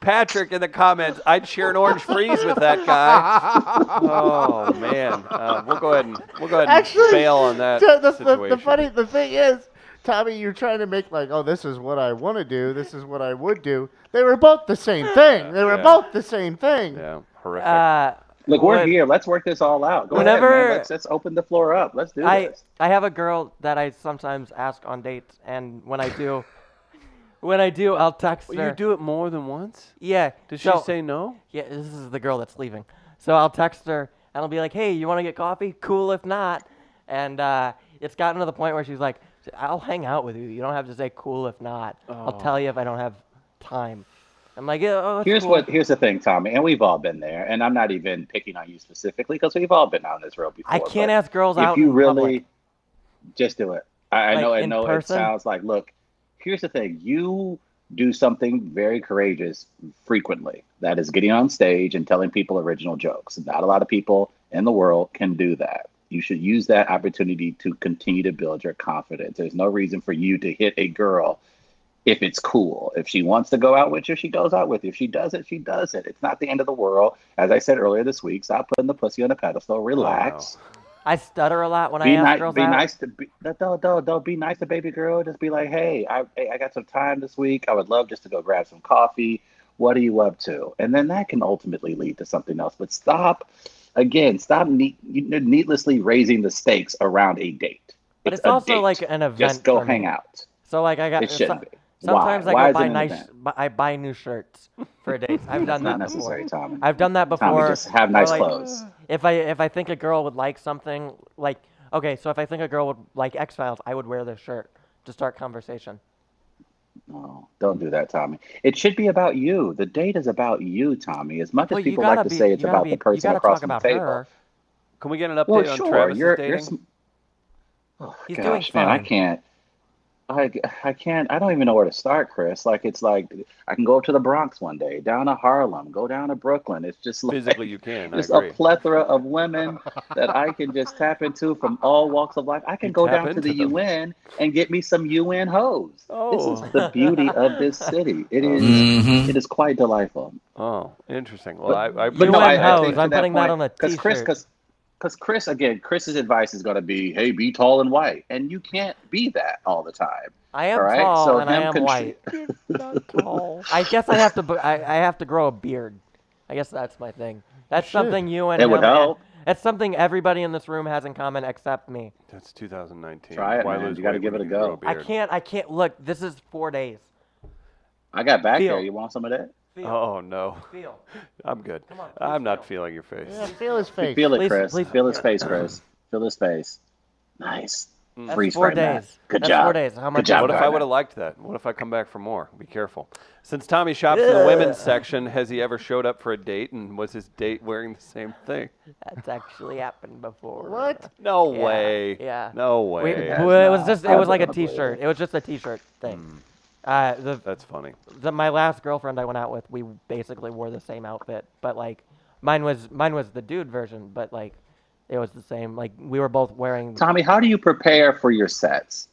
Speaker 1: Patrick in the comments, I'd share an orange freeze with that guy. Oh man, uh, we'll go ahead and we'll go ahead and
Speaker 3: Actually,
Speaker 1: bail on that
Speaker 3: So the, the,
Speaker 1: situation.
Speaker 3: the funny the thing is, Tommy, you're trying to make like, oh, this is what I want to do. This is what I would do. They were both the same thing. They were
Speaker 1: Yeah.
Speaker 3: both the same thing.
Speaker 1: yeah, horrific.
Speaker 4: Uh,
Speaker 2: Look, we're
Speaker 4: When-
Speaker 2: here. Let's work this all out. Go ahead, man.
Speaker 4: Whenever-
Speaker 2: Let's let's open the floor up. Let's do
Speaker 4: I
Speaker 2: this.
Speaker 4: I have a girl that I sometimes ask on dates, and when I do, when I do, I'll text
Speaker 1: Well,
Speaker 4: her.
Speaker 1: you do it more than once.
Speaker 4: Yeah.
Speaker 1: Did she
Speaker 4: so-
Speaker 1: say no?
Speaker 4: Yeah, this is the girl that's leaving. So I'll text her and I'll be like, "Hey, you want to get coffee? Cool, if not." And uh, it's gotten to the point where she's like, "I'll hang out with you. You don't have to say cool if not. I'll tell you if I don't have time." I'm like, "Yeah, "Oh, it's
Speaker 2: Here's
Speaker 4: cool."
Speaker 2: what here's the thing, Tommy, and we've all been there, and I'm not even picking on you specifically because we've all been on this road before.
Speaker 4: I can't
Speaker 2: but
Speaker 4: ask girls
Speaker 2: if
Speaker 4: out.
Speaker 2: you
Speaker 4: in
Speaker 2: really
Speaker 4: public.
Speaker 2: just do it. I, I
Speaker 4: Like,
Speaker 2: know I
Speaker 4: in
Speaker 2: know
Speaker 4: person?
Speaker 2: it sounds like look, here's the thing. You do something very courageous frequently. That is getting on stage and telling people original jokes. Not a lot of people in the world can do that. You should use that opportunity to continue to build your confidence. There's no reason for you to hit a girl if it's cool. If she wants to go out with you, she goes out with you. If she doesn't, she doesn't. It's not the end of the world. As I said earlier this week, stop putting the pussy on a pedestal. Relax
Speaker 4: I stutter a lot when I
Speaker 2: be
Speaker 4: ask
Speaker 2: nice.
Speaker 4: girls
Speaker 2: Be
Speaker 4: out.
Speaker 2: nice to be. Don't, don't, don't, don't be nice to baby girl. Just be like, hey, I, hey, I got some time this week. I would love just to go grab some coffee. What are you up to? And then that can ultimately lead to something else. But stop, again, stop neat, you know, needlessly raising the stakes around a date.
Speaker 4: but it's
Speaker 2: a
Speaker 4: also
Speaker 2: date.
Speaker 4: like an event.
Speaker 2: just go
Speaker 4: for me.
Speaker 2: hang out.
Speaker 4: So like I got
Speaker 2: It shouldn't be. Why?
Speaker 4: sometimes
Speaker 2: Why is
Speaker 4: I go
Speaker 2: it
Speaker 4: buy
Speaker 2: an
Speaker 4: nice.
Speaker 2: event?
Speaker 4: bu- I buy new shirts for dates. I've done
Speaker 2: Not
Speaker 4: that before.
Speaker 2: necessary, Tommy.
Speaker 4: I've done that before.
Speaker 2: Tommy, just have
Speaker 4: or,
Speaker 2: nice
Speaker 4: like,
Speaker 2: clothes.
Speaker 4: If I if I think a girl would like something, like okay, so if I think a girl would like X Files, I would wear this shirt to start conversation.
Speaker 2: No, Oh. don't do that, Tommy. It should be about you. The date is about you, Tommy. As much as
Speaker 4: Well, you
Speaker 2: people
Speaker 4: gotta
Speaker 2: like to
Speaker 4: be,
Speaker 2: say it's
Speaker 4: you gotta
Speaker 2: about
Speaker 4: be,
Speaker 2: the person
Speaker 4: you gotta
Speaker 2: across
Speaker 4: talk about
Speaker 2: the table. Oh
Speaker 4: Her.
Speaker 1: Can we get an update
Speaker 2: Well,
Speaker 1: on
Speaker 2: sure.
Speaker 1: Travis's
Speaker 2: you're,
Speaker 1: dating?
Speaker 2: you're sm- oh,
Speaker 4: He's doing
Speaker 2: gosh, man, I
Speaker 4: fine.
Speaker 2: can't. I, I can't. I don't even know where to start, Chris. Like it's like I can go up to the Bronx one day, down to Harlem, go down to Brooklyn. It's just like
Speaker 1: Physically, you can. I
Speaker 2: just
Speaker 1: agree.
Speaker 2: a plethora of women that I can just tap into from all walks of life. I can
Speaker 1: You
Speaker 2: go
Speaker 1: tap
Speaker 2: down to the
Speaker 1: into them.
Speaker 2: UN and get me some UN hoes. This
Speaker 1: Oh.
Speaker 2: is the beauty of this city. It is-
Speaker 5: Mhm.
Speaker 2: It is quite delightful.
Speaker 1: oh, interesting. Well, I, I,
Speaker 4: But
Speaker 2: no,
Speaker 4: UN
Speaker 2: I, I
Speaker 4: hoes,
Speaker 2: think to
Speaker 4: I'm putting that
Speaker 2: point,
Speaker 4: on a
Speaker 2: Because Chris,
Speaker 4: t-shirt.
Speaker 2: because because Chris again, Chris's advice is going to be, hey, be tall and white, and you can't be that all the time.
Speaker 4: I am
Speaker 2: all right,
Speaker 4: tall
Speaker 2: so
Speaker 4: and I
Speaker 2: him
Speaker 4: am
Speaker 2: contri-
Speaker 4: white. I guess I have to. bu- I, I have to grow a beard. I guess that's my thing. That's
Speaker 3: should.
Speaker 4: something you and
Speaker 2: It would
Speaker 4: him and-
Speaker 2: help.
Speaker 4: That's something everybody in this room has in common except me.
Speaker 1: that's 2019.
Speaker 2: Try it,
Speaker 1: Why
Speaker 2: man.
Speaker 1: lose
Speaker 2: You gotta
Speaker 1: weight
Speaker 2: give
Speaker 1: when
Speaker 2: it a
Speaker 1: you can
Speaker 2: go.
Speaker 1: grow
Speaker 4: I
Speaker 1: beard?
Speaker 4: can't. I can't. Look, this is four days.
Speaker 2: I got back
Speaker 4: Feel.
Speaker 2: there. You want some of that?
Speaker 4: Feel.
Speaker 1: Oh no,
Speaker 4: Feel.
Speaker 1: I'm good.
Speaker 4: Come on, please
Speaker 1: I'm not
Speaker 4: feel.
Speaker 1: feeling your face.
Speaker 3: Yeah, feel his face.
Speaker 2: Feel it,
Speaker 4: Please-
Speaker 2: Chris.
Speaker 4: please-
Speaker 2: Feel his face, Chris. Feel his face. Nice.
Speaker 4: Mm. That's
Speaker 2: Freeze
Speaker 4: four
Speaker 2: frame that.
Speaker 4: days.
Speaker 2: Good
Speaker 4: That's
Speaker 2: job.
Speaker 4: four days. How much
Speaker 2: Good job.
Speaker 1: What if I
Speaker 2: Right.
Speaker 1: would have liked that? What if I come back for more? Be careful. Since Tommy shops in the women's section, has he ever showed up for a date and was his date wearing the same thing?
Speaker 4: That's actually happened before.
Speaker 3: What?
Speaker 1: No
Speaker 4: Yeah,
Speaker 1: way.
Speaker 4: yeah.
Speaker 1: No
Speaker 4: We,
Speaker 1: way.
Speaker 2: Yeah.
Speaker 4: well, it was just it
Speaker 2: I
Speaker 4: was like a
Speaker 2: wouldn't believe it.
Speaker 4: t-shirt. It was just a t-shirt
Speaker 1: Hmm.
Speaker 4: thing. Uh, the,
Speaker 1: That's funny.
Speaker 4: the my last girlfriend I went out with, we basically wore the same outfit, but like mine was mine was the dude version, but like it was the same. Like we were both wearing.
Speaker 2: Tommy, how do you prepare for your sets?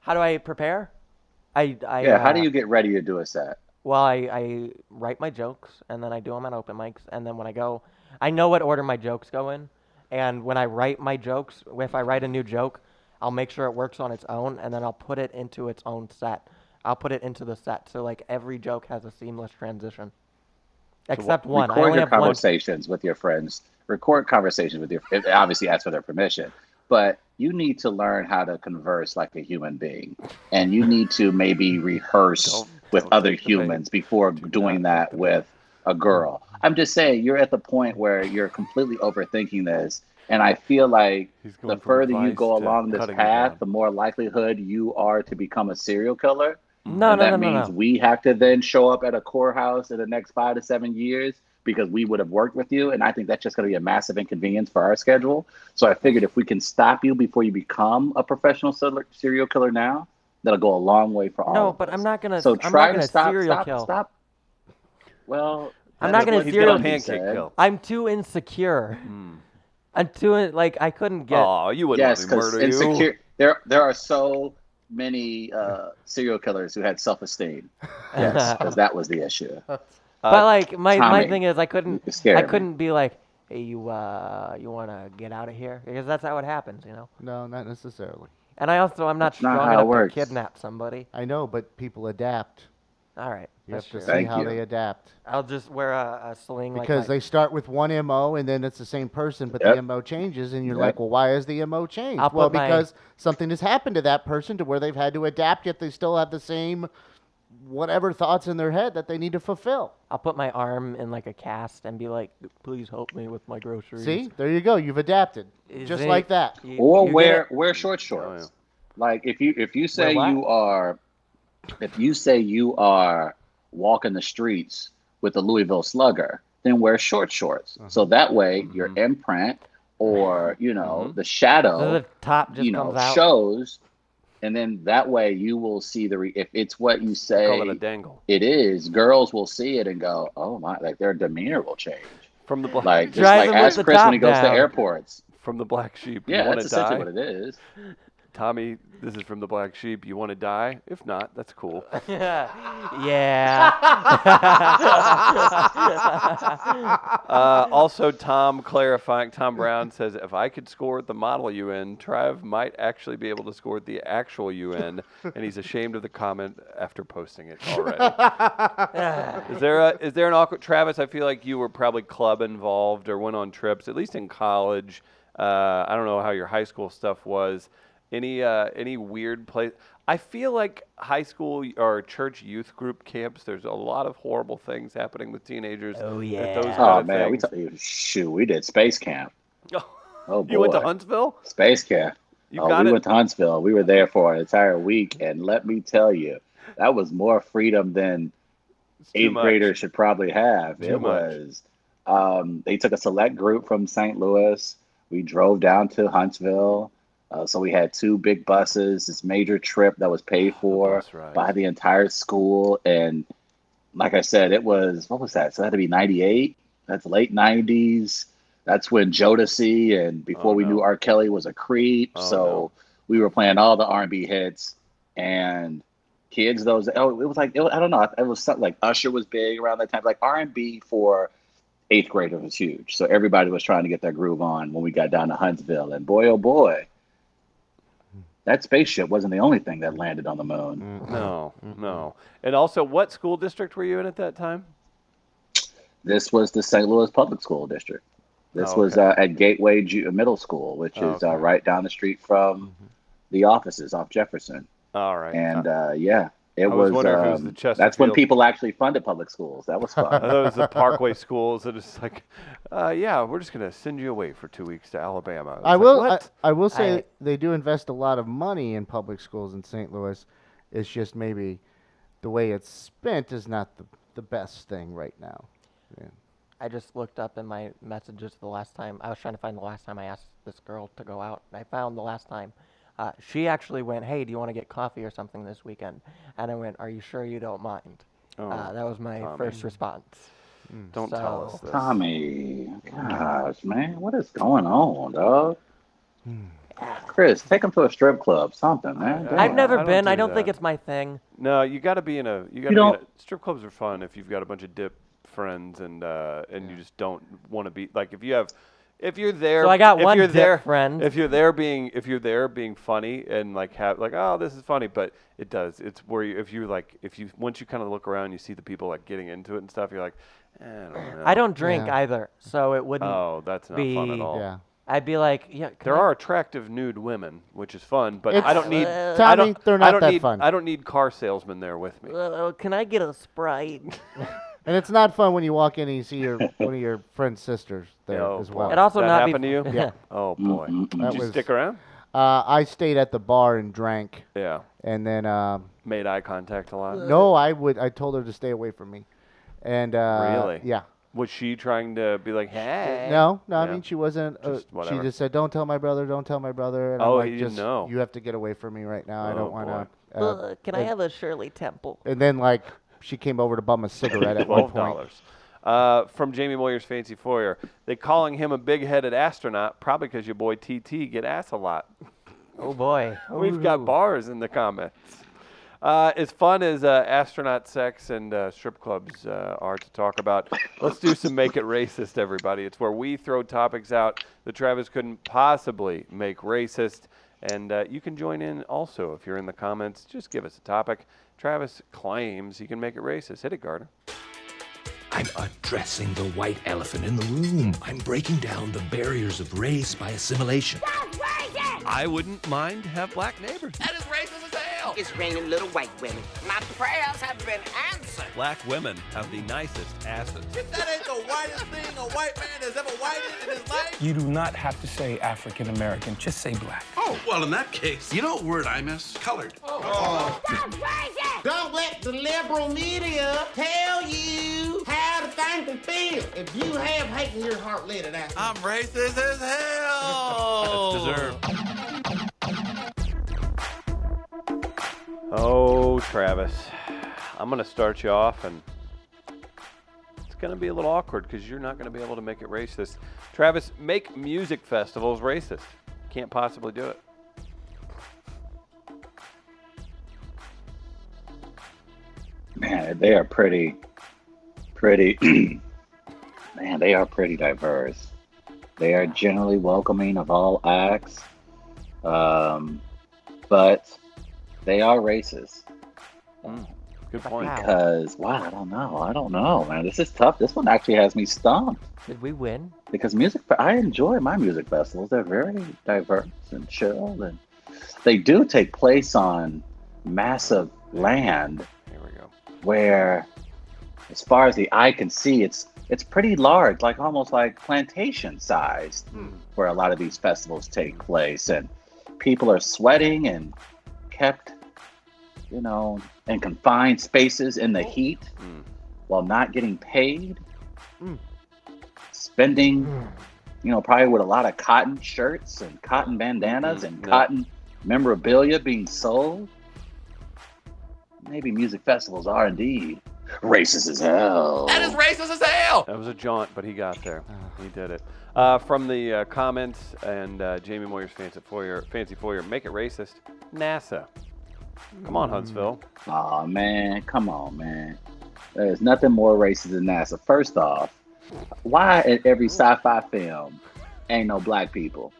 Speaker 4: How do I prepare? I, I
Speaker 2: Yeah, how do
Speaker 4: uh,
Speaker 2: you get ready to do a set?
Speaker 4: Well, I, I write my jokes and then I do them at open mics. And then when I go, I know what order my jokes go in. And when I write my jokes, if I write a new joke, I'll make sure it works on its own and then I'll put it into its own set. I'll put it into the set. So, like, every joke has a seamless transition. Except one. I
Speaker 2: Record
Speaker 4: only
Speaker 2: your
Speaker 4: have one.
Speaker 2: conversations with your friends. Record conversations with your. it- Obviously, ask for their permission, but you need to learn how to converse like a human being, and you need to maybe rehearse
Speaker 1: Don't-
Speaker 2: with
Speaker 1: Mm. don't
Speaker 2: other
Speaker 1: take the bait.
Speaker 2: humans before
Speaker 1: Do not
Speaker 2: doing
Speaker 1: take
Speaker 2: that
Speaker 1: the bait.
Speaker 2: with a girl. I'm just saying you're at the point where you're completely overthinking this, and I feel like
Speaker 1: He's
Speaker 2: the
Speaker 1: going from
Speaker 2: further you
Speaker 1: advice
Speaker 2: go
Speaker 1: to
Speaker 2: along this
Speaker 1: cutting it
Speaker 2: path,
Speaker 1: down.
Speaker 2: the more likelihood you are to become a serial killer.
Speaker 4: No,
Speaker 2: and
Speaker 4: no,
Speaker 2: that
Speaker 4: no, no,
Speaker 2: means
Speaker 4: no.
Speaker 2: we have to then show up at a courthouse in the next five to seven years because we would have worked with you. And I think that's just going to be a massive inconvenience for our schedule. So I figured if we can stop you before you become a professional ser- serial killer now, that'll go a long way for all.
Speaker 4: No,
Speaker 2: of
Speaker 4: but
Speaker 2: us.
Speaker 4: I'm not gonna.
Speaker 2: So
Speaker 4: I'm
Speaker 2: try
Speaker 4: not gonna
Speaker 2: to stop,
Speaker 4: serial
Speaker 2: stop,
Speaker 4: kill.
Speaker 2: stop. Well,
Speaker 4: I'm
Speaker 2: that
Speaker 4: not
Speaker 2: is
Speaker 4: gonna
Speaker 2: what
Speaker 1: He's
Speaker 4: serial-
Speaker 1: gonna
Speaker 2: he
Speaker 1: pancake
Speaker 2: said.
Speaker 1: kill.
Speaker 4: I'm too insecure.
Speaker 1: Mm.
Speaker 4: I'm too in- like I couldn't get.
Speaker 1: Oh, you wouldn't
Speaker 2: Yes,
Speaker 1: let me
Speaker 2: because
Speaker 1: murder
Speaker 2: insecure.
Speaker 1: you.
Speaker 2: There, there are so many uh, serial killers who had self-esteem. Yes, because that was the issue.
Speaker 4: but like my, my
Speaker 2: Tommy,
Speaker 4: thing is I couldn't
Speaker 2: you scared
Speaker 4: Mm. I
Speaker 2: me.
Speaker 4: couldn't be like hey you uh you want to get out of here because that's how it happens you know
Speaker 3: No, not necessarily.
Speaker 4: and I also I'm not
Speaker 2: That's not
Speaker 4: strong
Speaker 2: how it
Speaker 4: enough
Speaker 2: works.
Speaker 4: to kidnap somebody
Speaker 3: I know, but people adapt.
Speaker 4: all right
Speaker 3: You have
Speaker 4: that's
Speaker 3: to
Speaker 4: true.
Speaker 3: see
Speaker 2: Thank
Speaker 3: how
Speaker 2: you.
Speaker 3: they adapt.
Speaker 4: I'll just wear a, a sling
Speaker 3: Because
Speaker 4: like
Speaker 3: they start with one MO and then it's the same person, but the
Speaker 2: Yep.
Speaker 3: MO changes, and you're
Speaker 2: Yep.
Speaker 3: like, well, why is the MO changed?
Speaker 4: I'll
Speaker 3: well,
Speaker 4: put my-
Speaker 3: because something has happened to that person to where they've had to adapt, yet they still have the same whatever thoughts in their head that they need to fulfill.
Speaker 4: I'll put my arm in like a cast and be like please help me with my groceries
Speaker 3: See, there you go. You've adapted
Speaker 4: Is
Speaker 3: just
Speaker 4: it-
Speaker 3: like that.
Speaker 4: you-
Speaker 2: Or
Speaker 4: you get
Speaker 2: wear
Speaker 4: it? Oh,
Speaker 2: wear short shorts. Like if you if you say
Speaker 4: what?
Speaker 2: you are, if you say you are walking the streets with the Louisville Slugger, then wear short shorts.
Speaker 4: Uh-huh.
Speaker 2: So that way
Speaker 4: Mm-hmm.
Speaker 2: your imprint or you know the shadow
Speaker 4: So the top Mm-hmm. just
Speaker 2: you know
Speaker 4: comes out
Speaker 2: shows, and then that way you will see the re- if it's what you say
Speaker 1: Call it a dangle.
Speaker 2: it is. Girls will see it and go, oh my! Like their demeanor will change.
Speaker 1: From the black,
Speaker 2: Like just
Speaker 4: Drive
Speaker 2: like
Speaker 4: them with
Speaker 2: ask
Speaker 4: the
Speaker 2: Chris
Speaker 4: top
Speaker 2: when he goes to
Speaker 4: down.
Speaker 2: airports.
Speaker 1: from the black sheep. you
Speaker 2: Yeah,
Speaker 1: want
Speaker 2: that's
Speaker 1: to
Speaker 2: essentially
Speaker 1: die,
Speaker 2: what it is.
Speaker 1: Tommy. This is from the black sheep. You want to die? If not, that's cool.
Speaker 4: yeah
Speaker 1: Uh, also, Tom clarifying. Tom Brown says, if I could score at the model UN, Trav might actually be able to score at the actual UN, and he's ashamed of the comment after posting it already. is there a, is there an awkward Travis? I feel like you were probably club involved or went on trips, at least in college. Uh, I don't know how your high school stuff was. Any uh, any weird place? I feel like high school or church youth group camps. There's a lot of horrible things happening with teenagers.
Speaker 4: Oh,
Speaker 1: at
Speaker 4: yeah.
Speaker 1: those kind
Speaker 2: Oh
Speaker 1: of
Speaker 2: man, we
Speaker 1: things.
Speaker 2: t- shoot, we did space camp. Oh boy,
Speaker 1: you went to Huntsville?
Speaker 2: space camp.
Speaker 1: You
Speaker 2: oh,
Speaker 1: got
Speaker 2: we
Speaker 1: it.
Speaker 2: went to Huntsville. We were there for an entire week, and let me tell you, that was more freedom than
Speaker 1: It's too
Speaker 2: eighth
Speaker 1: much.
Speaker 2: graders should probably have.
Speaker 1: Too much.
Speaker 2: it was. Um, they took a select group from St. Louis. We drove down to Huntsville. Uh, so we had two big buses. This major trip that was paid for
Speaker 1: bus rides.
Speaker 2: by the entire school, and like I said, it was what was that? So that had to be '98. That's late '90s. That's when Jodeci and before
Speaker 1: Oh,
Speaker 2: we
Speaker 1: no.
Speaker 2: knew R. Kelly was a creep.
Speaker 1: Oh,
Speaker 2: so
Speaker 1: no.
Speaker 2: we were playing all the R&B hits and kids. Those oh, it was like it was, I don't know. It was something like Usher was big around that time. Like R&B for eighth graders was huge. So everybody was trying to get their groove on when we got down to Huntsville. And boy, oh boy, that spaceship wasn't the only thing that landed on the moon.
Speaker 1: No, no. And also, what school district were you in at that time?
Speaker 2: this was the St. Louis Public School District. This
Speaker 1: Oh,
Speaker 2: was
Speaker 1: okay.
Speaker 2: uh, at Gateway Ju- Middle School, which
Speaker 1: Oh,
Speaker 2: is uh,
Speaker 1: okay.
Speaker 2: right down the street from the offices off Jefferson.
Speaker 1: All right.
Speaker 2: And uh, yeah, it
Speaker 1: I was
Speaker 2: was.
Speaker 1: wondering if it was
Speaker 2: um,
Speaker 1: the Chesterfield-
Speaker 2: that's when people actually funded public schools. That was
Speaker 1: I
Speaker 2: fun.
Speaker 1: thought it was the Parkway schools that is like, uh, yeah, we're just gonna send you away for two weeks to Alabama. It's
Speaker 3: I
Speaker 1: like,
Speaker 3: will. I,
Speaker 1: What?
Speaker 3: I will say
Speaker 4: I-
Speaker 3: they do invest a lot of money in public schools in St. Louis. It's just maybe the way it's spent is not the, the best thing right now.
Speaker 4: I just looked up in my messages the last time. I was trying to find the last time I asked this girl to go out, and I found the last time. Uh, she actually went, "Hey, do you want to get coffee or something this weekend?" And I went, "Are you sure you don't mind?" uh,
Speaker 1: Oh,
Speaker 4: that was my
Speaker 1: Tommy.
Speaker 4: first response.
Speaker 1: don't tell us
Speaker 4: so-
Speaker 1: this.
Speaker 2: Tommy, gosh, man, what is going on, dog? Chris, take them to a strip club, something, man.
Speaker 1: Hmm. I-
Speaker 4: I've
Speaker 2: Damn.
Speaker 4: never
Speaker 1: I don't
Speaker 4: been. I
Speaker 1: do
Speaker 4: don't think
Speaker 1: that.
Speaker 4: it's my thing.
Speaker 1: No, you got to be in a. You got to be in
Speaker 2: don't-
Speaker 1: a, strip clubs are fun if you've got a bunch of dip friends and uh, and you just don't want to be like if you have. If you're there,
Speaker 4: So I got
Speaker 1: if
Speaker 4: one
Speaker 1: you're
Speaker 4: dip
Speaker 1: there,
Speaker 4: friend.
Speaker 1: If you're there being, if you're there being funny and like have like, oh, this is funny, but it does. It's where you, if you like, if you once you kind of look around, you see the people like getting into it and stuff. You're like, eh, I don't know.
Speaker 4: I don't drink
Speaker 3: Yeah.
Speaker 4: either, so it wouldn't.
Speaker 1: Oh, that's not fun at
Speaker 4: be-
Speaker 1: all.
Speaker 3: Yeah.
Speaker 4: I'd be like, "Yeah." can
Speaker 1: There
Speaker 4: I-
Speaker 1: are attractive nude women, which is fun, but I
Speaker 3: It's-
Speaker 1: don't need.
Speaker 4: Uh,
Speaker 1: I
Speaker 3: Tommy,
Speaker 1: don't,
Speaker 3: they're
Speaker 1: I
Speaker 3: not
Speaker 1: don't
Speaker 3: that
Speaker 1: need,
Speaker 3: fun.
Speaker 1: I don't need car salesmen there with me.
Speaker 4: Uh, can I get a sprite?
Speaker 3: And it's not fun when you walk in and you see your one of your friend's sisters there
Speaker 1: Oh,
Speaker 3: as
Speaker 1: boy.
Speaker 3: well.
Speaker 4: It also
Speaker 1: that
Speaker 4: not be-
Speaker 1: happened to you?
Speaker 3: Yeah. Mm-hmm.
Speaker 1: Oh boy.
Speaker 2: Mm, mm, mm.
Speaker 3: That
Speaker 1: Did you
Speaker 3: was-
Speaker 1: stick around?
Speaker 3: Uh, I stayed at the bar and drank,
Speaker 1: Yeah.
Speaker 3: and then um,
Speaker 1: Made eye contact a lot.
Speaker 3: no, I would. I told her to stay away from me, and uh,
Speaker 1: Really?
Speaker 3: yeah.
Speaker 1: Was she trying to be like, hey?
Speaker 3: No, no. I
Speaker 1: Yeah.
Speaker 3: mean, she wasn't. Uh,
Speaker 1: Just
Speaker 3: she
Speaker 1: whatever.
Speaker 3: just said, "Don't tell my brother. Don't tell my brother." And
Speaker 1: Oh,
Speaker 3: I'm like,
Speaker 1: you didn't
Speaker 3: just,
Speaker 1: know.
Speaker 3: You have to get away from me right now. I
Speaker 1: Oh,
Speaker 3: don't want to. Uh,
Speaker 4: Uh, can I have a Shirley Temple?
Speaker 3: and then like she came over to bum a cigarette at one
Speaker 1: Twelve
Speaker 3: point.
Speaker 1: dollars. Uh, from Jamie Moyer's Fancy Foyer. They calling him a big-headed astronaut, probably because your boy TT get ass a lot.
Speaker 4: Oh boy,
Speaker 1: We've got
Speaker 4: Ooh.
Speaker 1: bars in the comments. Uh, as fun as uh, astronaut sex and uh, strip clubs uh, are to talk about, let's do some Make It Racist, everybody. It's where we throw topics out that Travis couldn't possibly make racist. And uh, you can join in also if you're in the comments. Just give us a topic. Travis claims he can make it racist. Hit it, Gardner.
Speaker 5: I'm addressing the white elephant in the room. I'm breaking down the barriers of race by assimilation.
Speaker 1: I wouldn't mind have black neighbors.
Speaker 6: That is racist as hell. It's raining little white women. My prayers have been answered.
Speaker 1: Black women have the nicest asses.
Speaker 6: That ain't the whitest thing a white man has ever whited in his life.
Speaker 7: You do not have to say African American, just say black.
Speaker 8: Oh, well, in that case, you know what word I miss? Colored.
Speaker 6: Don't let the liberal media tell you how to think and feel. If you have hate in your heart, let it out. I'm racist as hell. That's deserved.
Speaker 1: Oh, Travis, I'm going to start you off, and it's going to be a little awkward because you're not going to be able to make it racist. Travis, make music festivals racist. Can't possibly do it.
Speaker 2: Man, they are pretty, pretty. man, they are pretty diverse. They are generally welcoming of all acts, um, but they are racist
Speaker 1: Good point.
Speaker 4: Wow.
Speaker 2: because wow, I don't know, I don't know, man. This is tough. This one actually has me stumped
Speaker 4: Did we win?
Speaker 2: because music. I enjoy my music festivals. They're very diverse and chilled, and they do take place on massive land
Speaker 1: Here we go.
Speaker 2: where as far as the eye can see it's it's pretty large like almost like plantation sized where a lot of these festivals take place and people are sweating and kept you know in confined spaces in the heat
Speaker 1: Mm.
Speaker 2: while not getting paid
Speaker 3: Mm.
Speaker 2: spending you know probably with a lot of cotton shirts and cotton bandanas
Speaker 1: Mhm,
Speaker 2: and
Speaker 1: yeah.
Speaker 2: cotton memorabilia being sold maybe music festivals are indeed racist as hell.
Speaker 6: That is racist as hell.
Speaker 1: That was a jaunt, but he got there. He did it. Uh, from the uh, comments and uh, Jamie Moyer's fancy foyer, fancy foyer, make it racist. NASA. Come on, Huntsville.
Speaker 2: Aw, man, come on, man. There's nothing more racist than NASA. First off, why in every sci-fi film ain't no black people?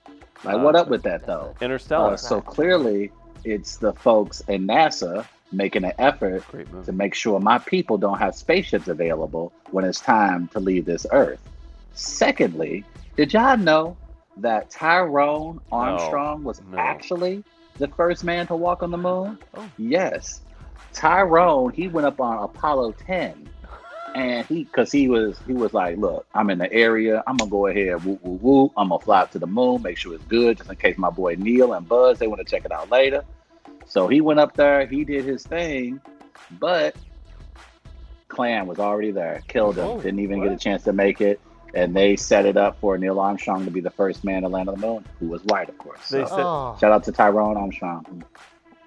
Speaker 2: Like, what up with that though?
Speaker 1: Interstellar.
Speaker 2: Uh, so clearly, it's the folks in NASA making an effort
Speaker 1: Great
Speaker 2: to
Speaker 1: movie.
Speaker 2: make sure my people don't have spaceships available when it's time to leave this earth. Secondly, did y'all know that Tyrone Armstrong was
Speaker 1: No.
Speaker 2: actually the first man to walk on the moon?
Speaker 1: Oh.
Speaker 2: Yes. Tyrone, he went up on Apollo 10 and he because he was he was like, look, I'm in the area. I'm gonna go ahead, woo woo woo. I'm gonna fly up to the moon, make sure it's good, just in case my boy Neil and Buzz they want to check it out later. So he went up there, he did his thing, but Clan was already there, killed him,
Speaker 1: Oh,
Speaker 2: didn't even
Speaker 1: what?
Speaker 2: get a chance to make it, and they set it up for Neil Armstrong to be the first man to land on the moon, who was white, of course.
Speaker 1: They
Speaker 2: So,
Speaker 1: said-
Speaker 3: Oh,
Speaker 2: shout out to Tyrone Armstrong.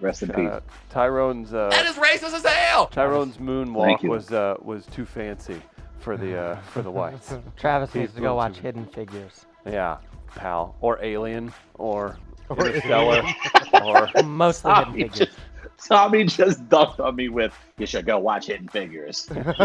Speaker 2: Rest in peace.
Speaker 1: Uh, Tyrone's. Uh,
Speaker 6: That is racist as hell.
Speaker 1: Tyrone's
Speaker 2: Thank
Speaker 1: moonwalk
Speaker 2: you.
Speaker 1: was uh, was too fancy for the uh, for the whites.
Speaker 4: Travis
Speaker 1: He's
Speaker 4: needs to
Speaker 1: going to
Speaker 4: go watch
Speaker 1: the-
Speaker 4: Hidden Figures.
Speaker 1: yeah, pal, or Alien, or Interstellar, or
Speaker 4: Mostly
Speaker 2: Tommy
Speaker 4: Hidden
Speaker 2: just,
Speaker 4: Figures.
Speaker 2: Tommy just dumped on me with, you should go watch Hidden Figures.
Speaker 1: uh,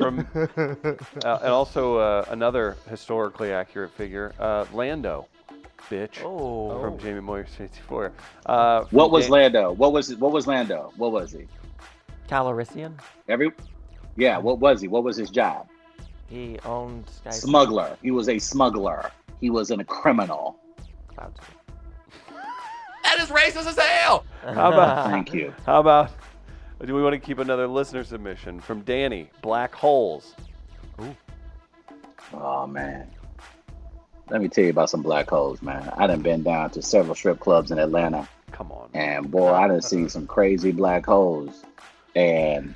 Speaker 1: from uh, and also uh, another historically accurate figure, uh, Lando, bitch,
Speaker 4: Oh,
Speaker 1: from Jamie Moyer's 54. Uh, from
Speaker 2: What was
Speaker 1: Ja-
Speaker 2: Lando? What was what was Lando? What was he?
Speaker 4: Calorician.
Speaker 2: Every Yeah, what was he? What was his job?
Speaker 4: He owned Sky
Speaker 2: Smuggler. He was a smuggler. He was a criminal.
Speaker 4: Cloud City.
Speaker 6: That is racist as hell.
Speaker 1: How about
Speaker 2: Thank you.
Speaker 1: how about Do we want to keep another listener submission from Danny? Black holes.
Speaker 2: Oh man. Let me tell you about some black holes, man. I done been down to several strip clubs in Atlanta
Speaker 1: Come on.
Speaker 2: and boy, I done seen some crazy black holes. And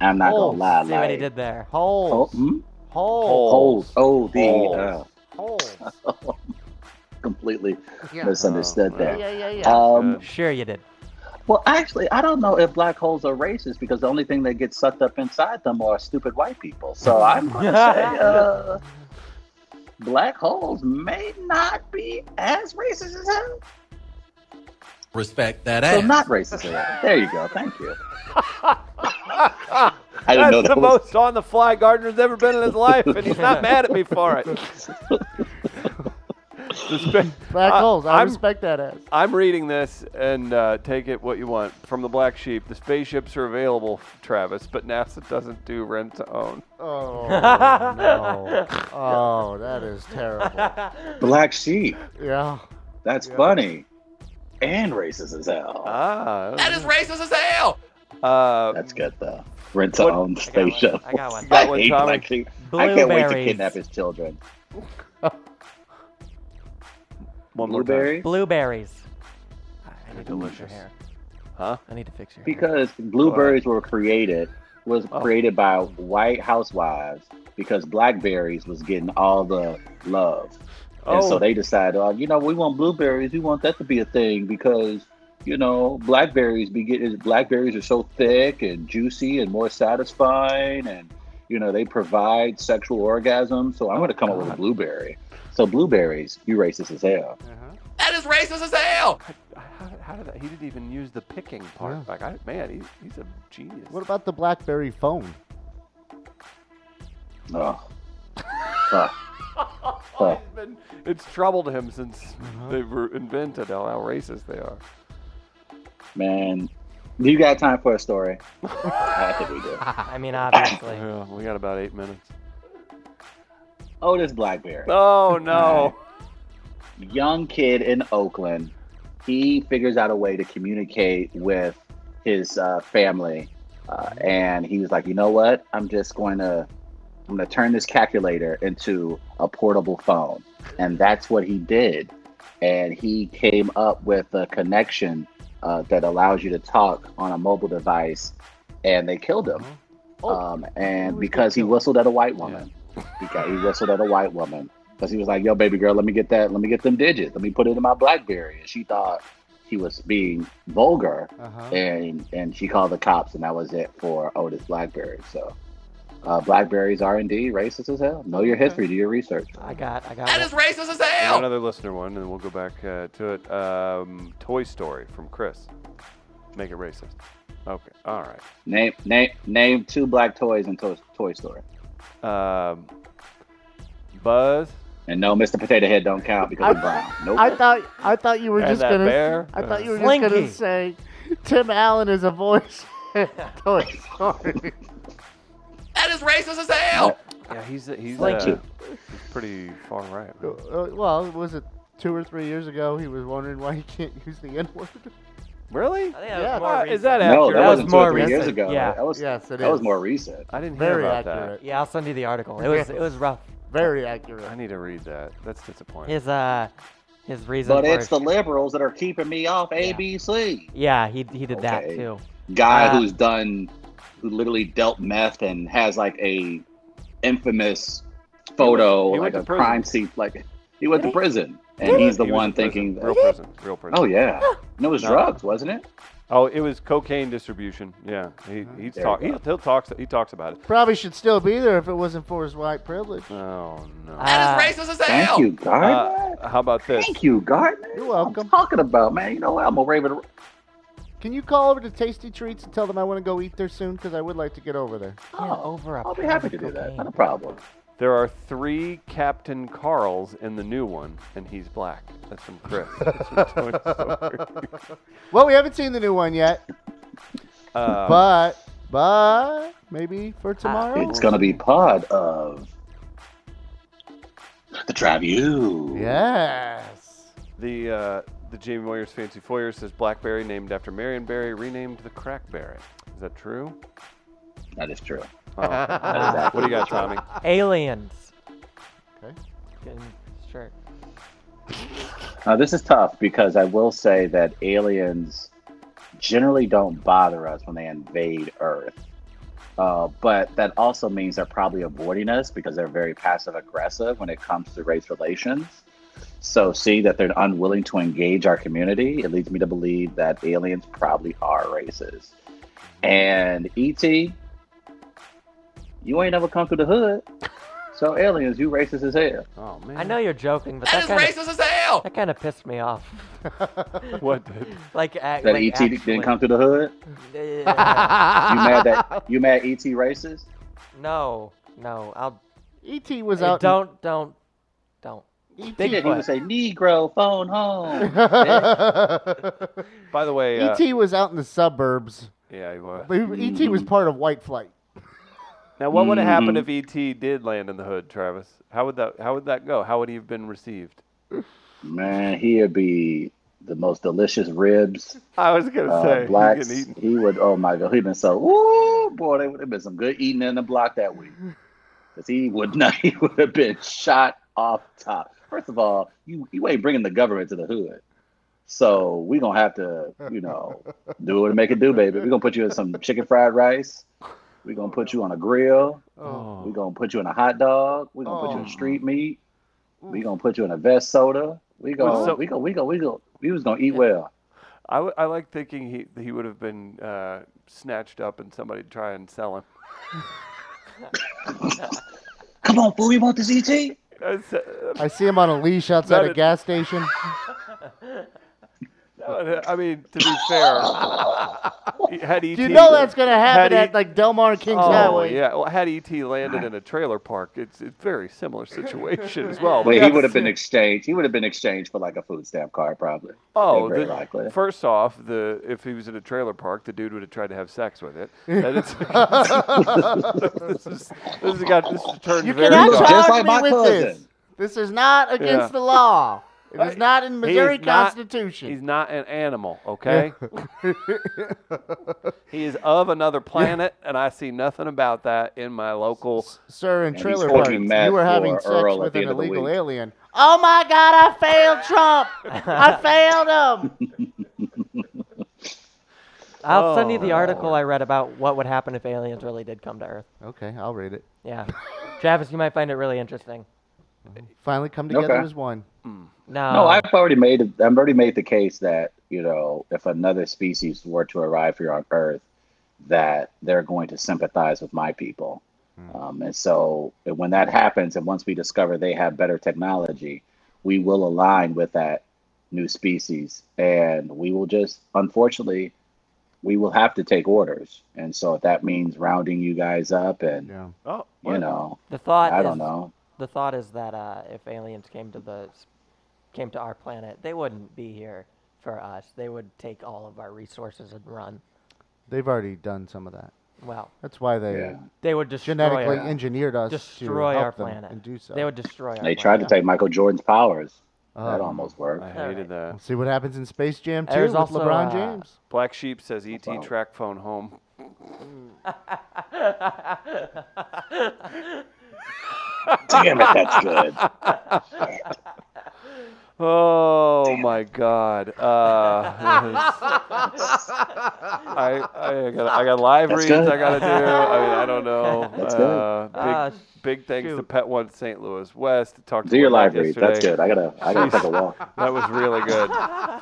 Speaker 2: I'm not gonna
Speaker 3: Holes.
Speaker 2: lie,
Speaker 4: Oh, See what he
Speaker 2: like
Speaker 4: did there.
Speaker 2: oh,
Speaker 3: Holes.
Speaker 2: hmm?
Speaker 3: Holes.
Speaker 2: holes. Oh the uh,
Speaker 1: Holes.
Speaker 3: Holes.
Speaker 2: completely
Speaker 3: Yeah.
Speaker 2: misunderstood
Speaker 1: Oh,
Speaker 2: that.
Speaker 3: Yeah, yeah, yeah.
Speaker 2: Um,
Speaker 1: Good.
Speaker 4: Sure you did.
Speaker 2: well, actually, I don't know if black holes are racist because the only thing that gets sucked up inside them are stupid white people. So I'm going to say uh, black holes may not be as racist as hell.
Speaker 6: Respect that
Speaker 2: So
Speaker 6: ass.
Speaker 2: not racist at all. There you go. Thank you. I didn't
Speaker 1: Ah, That's
Speaker 2: know
Speaker 1: the
Speaker 2: that was.
Speaker 1: most on the fly Gardner's ever been in his life, and he's not mad at me for it. Suspe-
Speaker 3: Black
Speaker 4: Uh,
Speaker 1: I-
Speaker 3: holes. I
Speaker 1: I'm-
Speaker 3: respect that as.
Speaker 1: I'm reading this and uh, take it what you want from the black sheep. The spaceships are available, Travis, but NASA doesn't do rent to own.
Speaker 3: Oh no. Oh, that is terrible.
Speaker 2: Black sheep.
Speaker 3: Yeah.
Speaker 2: That's funny. And racist as hell.
Speaker 4: Uh,
Speaker 1: Ah,
Speaker 6: That is racist as hell.
Speaker 1: uh,
Speaker 2: That's good though. Rent to
Speaker 1: What-
Speaker 2: own
Speaker 4: I got
Speaker 2: space
Speaker 4: one.
Speaker 2: shuttle.
Speaker 4: I got one.
Speaker 1: Got one,
Speaker 2: hate
Speaker 1: Tommy?
Speaker 2: black sheep. I can't wait to
Speaker 4: Blueberries.
Speaker 2: kidnap his children.
Speaker 1: one more time.
Speaker 2: Blueberry.
Speaker 4: Blueberries. I need to fix your
Speaker 1: delicious.
Speaker 4: hair.
Speaker 1: Huh?
Speaker 4: I need to fix your hair.
Speaker 2: because blueberries were created was
Speaker 1: Oh.
Speaker 2: created by white housewives because blackberries was getting all the love and so
Speaker 1: Oh.
Speaker 2: they decided oh, you know we want blueberries we want that to be a thing because you know blackberries be getting blackberries are so thick and juicy and more satisfying and you know they provide sexual orgasm so i'm going to come up with a blueberry so blueberries you racist as hell
Speaker 6: That is racist as hell.
Speaker 1: Uh-huh. How, how did that? He didn't even use the picking part.
Speaker 3: Yeah.
Speaker 1: Like, I, man, he's, he's a genius.
Speaker 3: What about the BlackBerry phone?
Speaker 2: oh. Huh. Huh.
Speaker 1: It's been- it's troubled him since they were invented. How, how racist they are.
Speaker 2: Man, do you got time for a story? I think we do.
Speaker 4: I mean, obviously.
Speaker 1: Yeah, we got about eight minutes.
Speaker 2: Oh, this Blackberry.
Speaker 1: Oh no!
Speaker 2: Young kid in Oakland. He figures out a way to communicate with his uh, family. Uh, and he was like, you know what? I'm just going to. I'm gonna turn this calculator into a portable phone, and that's what he did. And he came up with a connection uh, that allows you to talk on a mobile device, and they killed him.
Speaker 3: Oh.
Speaker 2: um, and
Speaker 3: was
Speaker 2: because he
Speaker 3: killed?
Speaker 2: whistled at a white woman, he, got, he whistled at a white woman because he was like, "Yo, baby girl, let me get that, let me get them digits, let me put it in my BlackBerry." And she thought he was being vulgar,
Speaker 3: Uh-huh.
Speaker 2: and and she called the cops, and that was it for Otis BlackBerry. So. Uh, Blackberries are indeed racist as hell. Know your history, do your research.
Speaker 4: I got, I got.
Speaker 6: That
Speaker 4: one.
Speaker 6: is racist as
Speaker 1: We got
Speaker 6: hell.
Speaker 1: another listener one, and we'll go back uh, to it. Um, Toy Story from Chris. Make it racist. Okay. All right.
Speaker 2: Name name name two black toys in Toy, toy Story.
Speaker 1: Um, Buzz
Speaker 2: And no, Mr. Potato Head don't count because
Speaker 3: I-
Speaker 2: he's brown. Nope.
Speaker 3: I thought I thought you were
Speaker 1: and
Speaker 3: just
Speaker 1: that
Speaker 3: gonna.
Speaker 1: bear.
Speaker 3: I thought you were just
Speaker 4: Slinky.
Speaker 3: gonna say Tim Allen is a voice. Oh, Toy Story.
Speaker 6: That is racist as hell.
Speaker 1: yeah, he's he's,
Speaker 4: Slinky.
Speaker 1: uh, he's pretty far right.
Speaker 3: Uh,
Speaker 1: huh?
Speaker 3: uh, well, was it two or three years ago? He was wondering why he can't use the N word.
Speaker 1: Really?
Speaker 4: I think that
Speaker 3: Yeah.
Speaker 4: was more
Speaker 1: Uh, is
Speaker 4: recent.
Speaker 1: that
Speaker 2: no,
Speaker 1: accurate?
Speaker 2: that,
Speaker 4: was
Speaker 2: wasn't two
Speaker 4: more
Speaker 2: or three years
Speaker 4: recent.
Speaker 2: ago.
Speaker 4: Yeah.
Speaker 2: That was
Speaker 3: Yes, it
Speaker 2: that was
Speaker 3: is.
Speaker 2: more recent.
Speaker 1: I didn't hear
Speaker 3: Very
Speaker 1: about
Speaker 3: accurate.
Speaker 4: Yeah, I'll send you the article. It was, it was rough.
Speaker 3: Very
Speaker 1: that. I
Speaker 3: accurate.
Speaker 1: need to read that. That's disappointing.
Speaker 4: His, uh, his reason.
Speaker 2: But
Speaker 4: for
Speaker 2: it's the liberals that are keeping me off ABC.
Speaker 4: Yeah, he he did that
Speaker 2: Okay.
Speaker 4: too.
Speaker 2: Guy
Speaker 4: Uh,
Speaker 2: who's done, who literally dealt meth and has like a infamous photo,
Speaker 1: he
Speaker 2: like
Speaker 1: went
Speaker 2: a
Speaker 1: to prison.
Speaker 2: crime scene. Like he went to prison,
Speaker 1: He
Speaker 2: and he's
Speaker 1: was-
Speaker 2: the
Speaker 1: he was
Speaker 2: one
Speaker 1: in prison.
Speaker 2: thinking.
Speaker 1: Real
Speaker 2: That,
Speaker 1: prison. Real prison.
Speaker 2: oh yeah, no, it was
Speaker 1: No.
Speaker 2: drugs, wasn't it?
Speaker 1: Oh, it was cocaine distribution. Yeah, he he's
Speaker 2: Uh-huh. There
Speaker 1: talk,
Speaker 2: you
Speaker 1: he
Speaker 2: go.
Speaker 1: still talks he talks about it.
Speaker 3: Probably should still be there if it wasn't for his white privilege.
Speaker 1: Oh no.
Speaker 4: Uh,
Speaker 6: That is racist as
Speaker 2: Thank
Speaker 6: hell.
Speaker 2: you, Gardner.
Speaker 1: Uh, how about this?
Speaker 2: Thank you, Gardner.
Speaker 3: You're
Speaker 2: I'm
Speaker 3: welcome.
Speaker 2: talking about man. You know what? I'm a raven.
Speaker 3: Can you call over to Tasty Treats and tell them I want to go eat there soon because I would like to get over there.
Speaker 4: Yeah, over a
Speaker 2: Oh, I'll be
Speaker 4: pound
Speaker 2: happy
Speaker 4: of
Speaker 2: to do that.
Speaker 4: cocaine.
Speaker 2: Not a problem.
Speaker 1: There are three Captain Carls in the new one, and he's black. That's from Chris. That's from Toy Story.
Speaker 3: Well, we haven't seen the new one yet,
Speaker 2: Uh-huh.
Speaker 1: Uh,
Speaker 3: but but maybe for tomorrow.
Speaker 2: Ah, It's gonna be part of the Drive You.
Speaker 3: Yes.
Speaker 1: the uh, the Jamie Moyer's Fancy Foyer says Blackberry, named after Marion Barry, renamed the Crackberry. Is that true?
Speaker 2: That is true.
Speaker 1: Oh, okay. what do you got, Tommy?
Speaker 4: Aliens.
Speaker 3: Okay.
Speaker 4: Getting shirt.
Speaker 2: Now, this is tough because I will say that aliens generally don't bother us when they invade Earth. Uh, but that also means they're probably avoiding us because they're very passive aggressive when it comes to race relations. So, seeing that they're unwilling to engage our community, it leads me to believe that aliens probably are racist. And ET, you ain't never come through the hood. So, aliens, you racist as hell.
Speaker 3: Oh man.
Speaker 4: I know you're joking, but
Speaker 6: That
Speaker 4: that,
Speaker 6: is
Speaker 4: kind
Speaker 6: racist as hell.
Speaker 4: of that kind of pissed me off.
Speaker 1: What? did-
Speaker 4: like, act,
Speaker 2: That
Speaker 4: like
Speaker 2: ET
Speaker 4: actually.
Speaker 2: didn't come through the hood.
Speaker 4: Yeah.
Speaker 2: You mad that you mad ET racist?
Speaker 4: no, no, I'll.
Speaker 3: E.T. E was
Speaker 4: hey,
Speaker 3: out. in- E
Speaker 4: don't, don't, don't.
Speaker 2: They didn't even say Negro phone home.
Speaker 1: By the way, uh,
Speaker 3: E.T. E was out in the suburbs.
Speaker 1: yeah, he was.
Speaker 3: But he- E.T.
Speaker 1: Mm.
Speaker 3: was part of white flight.
Speaker 1: Now, what would have happened if ET did land in the hood, Travis? How would that How would that go? How would he have been received?
Speaker 2: Man, he'd be the most delicious ribs.
Speaker 1: I was gonna
Speaker 2: Uh,
Speaker 1: say
Speaker 2: blacks,
Speaker 1: he can eat.
Speaker 2: he would. Oh my god, he'd been so. Ooh, boy, there would have been some good eating in the block that week. Cause he would not. He would have been shot off top. First of all, you you ain't bringing the government to the hood. So we gonna have to, you know, do what it make it do, baby. We gonna put you in some chicken fried rice. We gonna put you on a grill. We
Speaker 1: Oh,
Speaker 2: gonna put you in a hot dog. We gonna put you in
Speaker 3: Oh.
Speaker 2: street meat. We gonna put you in a vest soda. We
Speaker 1: Well,
Speaker 2: gonna
Speaker 1: so-
Speaker 2: we gonna we gonna we gonna we was gonna eat well.
Speaker 1: I, w- I like thinking he he would have been uh, snatched up and somebody try and sell him.
Speaker 2: Come on, fool, you want this E ET?
Speaker 1: I s- uh,
Speaker 3: I see him on a leash outside
Speaker 1: That
Speaker 3: a
Speaker 1: is-
Speaker 3: gas station.
Speaker 1: I mean, to be fair, had ET
Speaker 3: You know that's gonna happen
Speaker 1: Had he-
Speaker 3: at like Delmar Kings
Speaker 1: Oh
Speaker 3: Highway.
Speaker 1: yeah, well, had ET landed in a trailer park, it's a very similar situation as well.
Speaker 2: Wait,
Speaker 1: Yeah,
Speaker 2: he would have been
Speaker 1: the-
Speaker 2: exchanged. He would have been exchanged for like a food stamp card, probably.
Speaker 1: Oh,
Speaker 2: very
Speaker 1: the-
Speaker 2: likely.
Speaker 1: first off, the if he was in a trailer park, the dude would have tried to have sex with it. That is, this is this has got this has turned
Speaker 3: You
Speaker 1: very
Speaker 3: cannot
Speaker 2: go.
Speaker 1: dark.
Speaker 2: Just
Speaker 3: charge
Speaker 2: like
Speaker 3: me
Speaker 2: my
Speaker 3: with
Speaker 2: cousin.
Speaker 3: this. This is not against
Speaker 1: Yeah.
Speaker 3: the law. It is not in
Speaker 1: He is
Speaker 3: Missouri
Speaker 1: not- He's
Speaker 3: Constitution.
Speaker 1: not an animal, okay? he is of another planet, and I see nothing about that in my local.
Speaker 3: Sir, in
Speaker 2: he's
Speaker 3: trailer
Speaker 2: gonna be
Speaker 3: parks,
Speaker 2: mad
Speaker 3: you were having
Speaker 2: for
Speaker 3: sex
Speaker 2: Earl at
Speaker 3: with
Speaker 2: the
Speaker 3: an
Speaker 2: end of the
Speaker 3: illegal
Speaker 2: week.
Speaker 3: alien. Oh my God! I failed Trump. I failed him.
Speaker 4: I'll send you
Speaker 1: Oh,
Speaker 4: the article I read about what would happen if aliens really did come to Earth.
Speaker 3: Okay, I'll read it.
Speaker 4: Yeah, Travis, you might find it really interesting.
Speaker 3: Finally, come together
Speaker 2: Okay.
Speaker 3: as one.
Speaker 4: No,
Speaker 2: No, I've already made. I've already made the case that you know, if another species were to arrive here on Earth, that they're going to sympathize with my people. Um, and so, and when that happens, and once we discover they have better technology, we will align with that new species, and we will just, unfortunately, we will have to take orders. And so, if that means rounding you guys up, and
Speaker 3: Yeah.
Speaker 1: Oh,
Speaker 2: you know,
Speaker 4: the thought.
Speaker 2: I
Speaker 4: is,
Speaker 2: don't know.
Speaker 4: The thought is that uh, if aliens came to the s- came to our planet, they wouldn't be here for us. They would take all of our resources and run.
Speaker 3: They've already done some of that.
Speaker 4: Well,
Speaker 3: That's why they
Speaker 2: Yeah.
Speaker 4: they would destroy
Speaker 3: genetically
Speaker 4: our,
Speaker 3: engineered us
Speaker 4: destroy
Speaker 3: to help
Speaker 4: our
Speaker 3: them
Speaker 4: planet
Speaker 3: and do so.
Speaker 4: They would destroy our
Speaker 2: They
Speaker 4: planet.
Speaker 2: tried to take Michael Jordan's powers. that
Speaker 3: Oh.
Speaker 2: almost worked.
Speaker 1: I
Speaker 4: Alright.
Speaker 1: hated that.
Speaker 3: See what happens in Space Jam 2
Speaker 4: There's
Speaker 3: with
Speaker 4: also,
Speaker 3: LeBron
Speaker 4: uh,
Speaker 3: James.
Speaker 1: Black Sheep says ET
Speaker 2: Wow.
Speaker 1: track phone home.
Speaker 2: Damn it, that's good.
Speaker 1: Oh my God! Uh, I I got I got live
Speaker 2: That's
Speaker 1: reads
Speaker 2: good.
Speaker 1: I gotta do. I mean I don't know.
Speaker 2: That's good.
Speaker 1: uh, big
Speaker 4: Ah,
Speaker 1: big thanks to
Speaker 4: shoot.
Speaker 1: Pet One St. Louis West. Talked to
Speaker 2: Do your
Speaker 1: her about
Speaker 2: live read. That's
Speaker 1: yesterday.
Speaker 2: good. I gotta. I gotta take a walk.
Speaker 1: That was really good.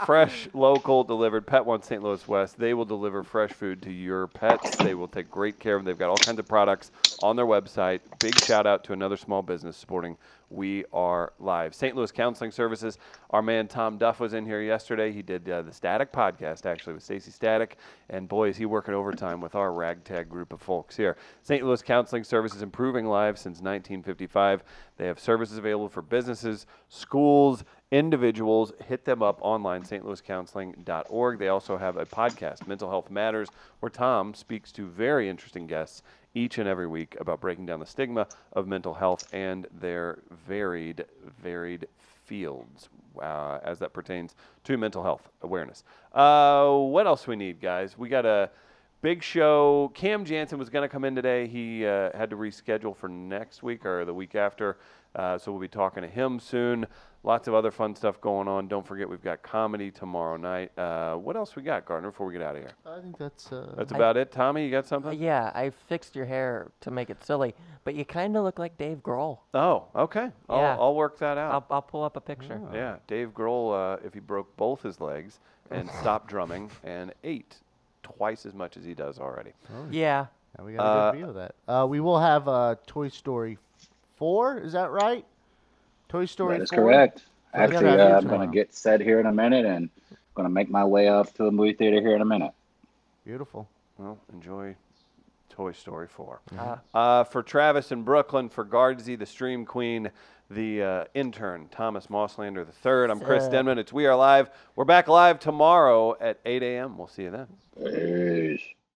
Speaker 1: Fresh, local, delivered. Pet One St. Louis West. They will deliver fresh food to your pets. They will take great care of them. They've got all kinds of products on their website. Big shout out to another small business supporting We Are Live. St. Louis Counseling Services. Our man Tom Duff was in here yesterday. He did uh, the Static podcast actually with Stacy Static, and boy is he working overtime with our ragtag group of folks here. St. Louis Counseling Services improving lives since 1955. They have services available for businesses, schools individuals, hit them up online, stlouiscounseling.org. They also have a podcast, Mental Health Matters, where Tom speaks to very interesting guests each and every week about breaking down the stigma of mental health and their varied, varied fields uh, as that pertains to mental health awareness. Uh, what else we need, guys? We got to Big Show. Cam Jansen was going to come in today. He uh, had to reschedule for next week or the week after. Uh, so we'll be talking to him soon. Lots of other fun stuff going on. Don't forget, we've got comedy tomorrow night. Uh, what else we got, Gardner, before we get out of here?
Speaker 3: I think that's. Uh,
Speaker 1: That's about it. Tommy, you got something?
Speaker 4: Yeah, I fixed your hair to make it silly, but you kind of look like Dave Grohl.
Speaker 1: Oh, okay. I'll,
Speaker 4: Yeah.
Speaker 1: I'll work that out.
Speaker 4: I'll, I'll pull up a picture.
Speaker 3: Oh,
Speaker 1: Yeah, Dave Grohl, uh, if he broke both his legs and stopped drumming and ate twice as much as he does already.
Speaker 3: oh.
Speaker 4: Yeah.
Speaker 3: now we got a
Speaker 1: Uh,
Speaker 3: good view of that. Uh, we will have uh, Toy Story 4. Is that right? Toy Story.
Speaker 2: That is
Speaker 3: 4?
Speaker 2: correct.
Speaker 3: Yeah,
Speaker 2: Actually,
Speaker 3: that's
Speaker 2: uh,
Speaker 3: it.
Speaker 2: I'm going to get set here in a minute and going to make my way off to a movie theater here in a minute.
Speaker 3: Beautiful.
Speaker 1: Well, enjoy Toy Story 4.
Speaker 4: Uh,
Speaker 1: Uh, for Travis in Brooklyn, for Guardsy, the stream queen, the uh, intern, Thomas Mosslander III. I'm Chris
Speaker 4: Sup?
Speaker 1: Denman. It's We Are Live. We're back live tomorrow at 8 a.m. We'll see you then.
Speaker 2: Peace.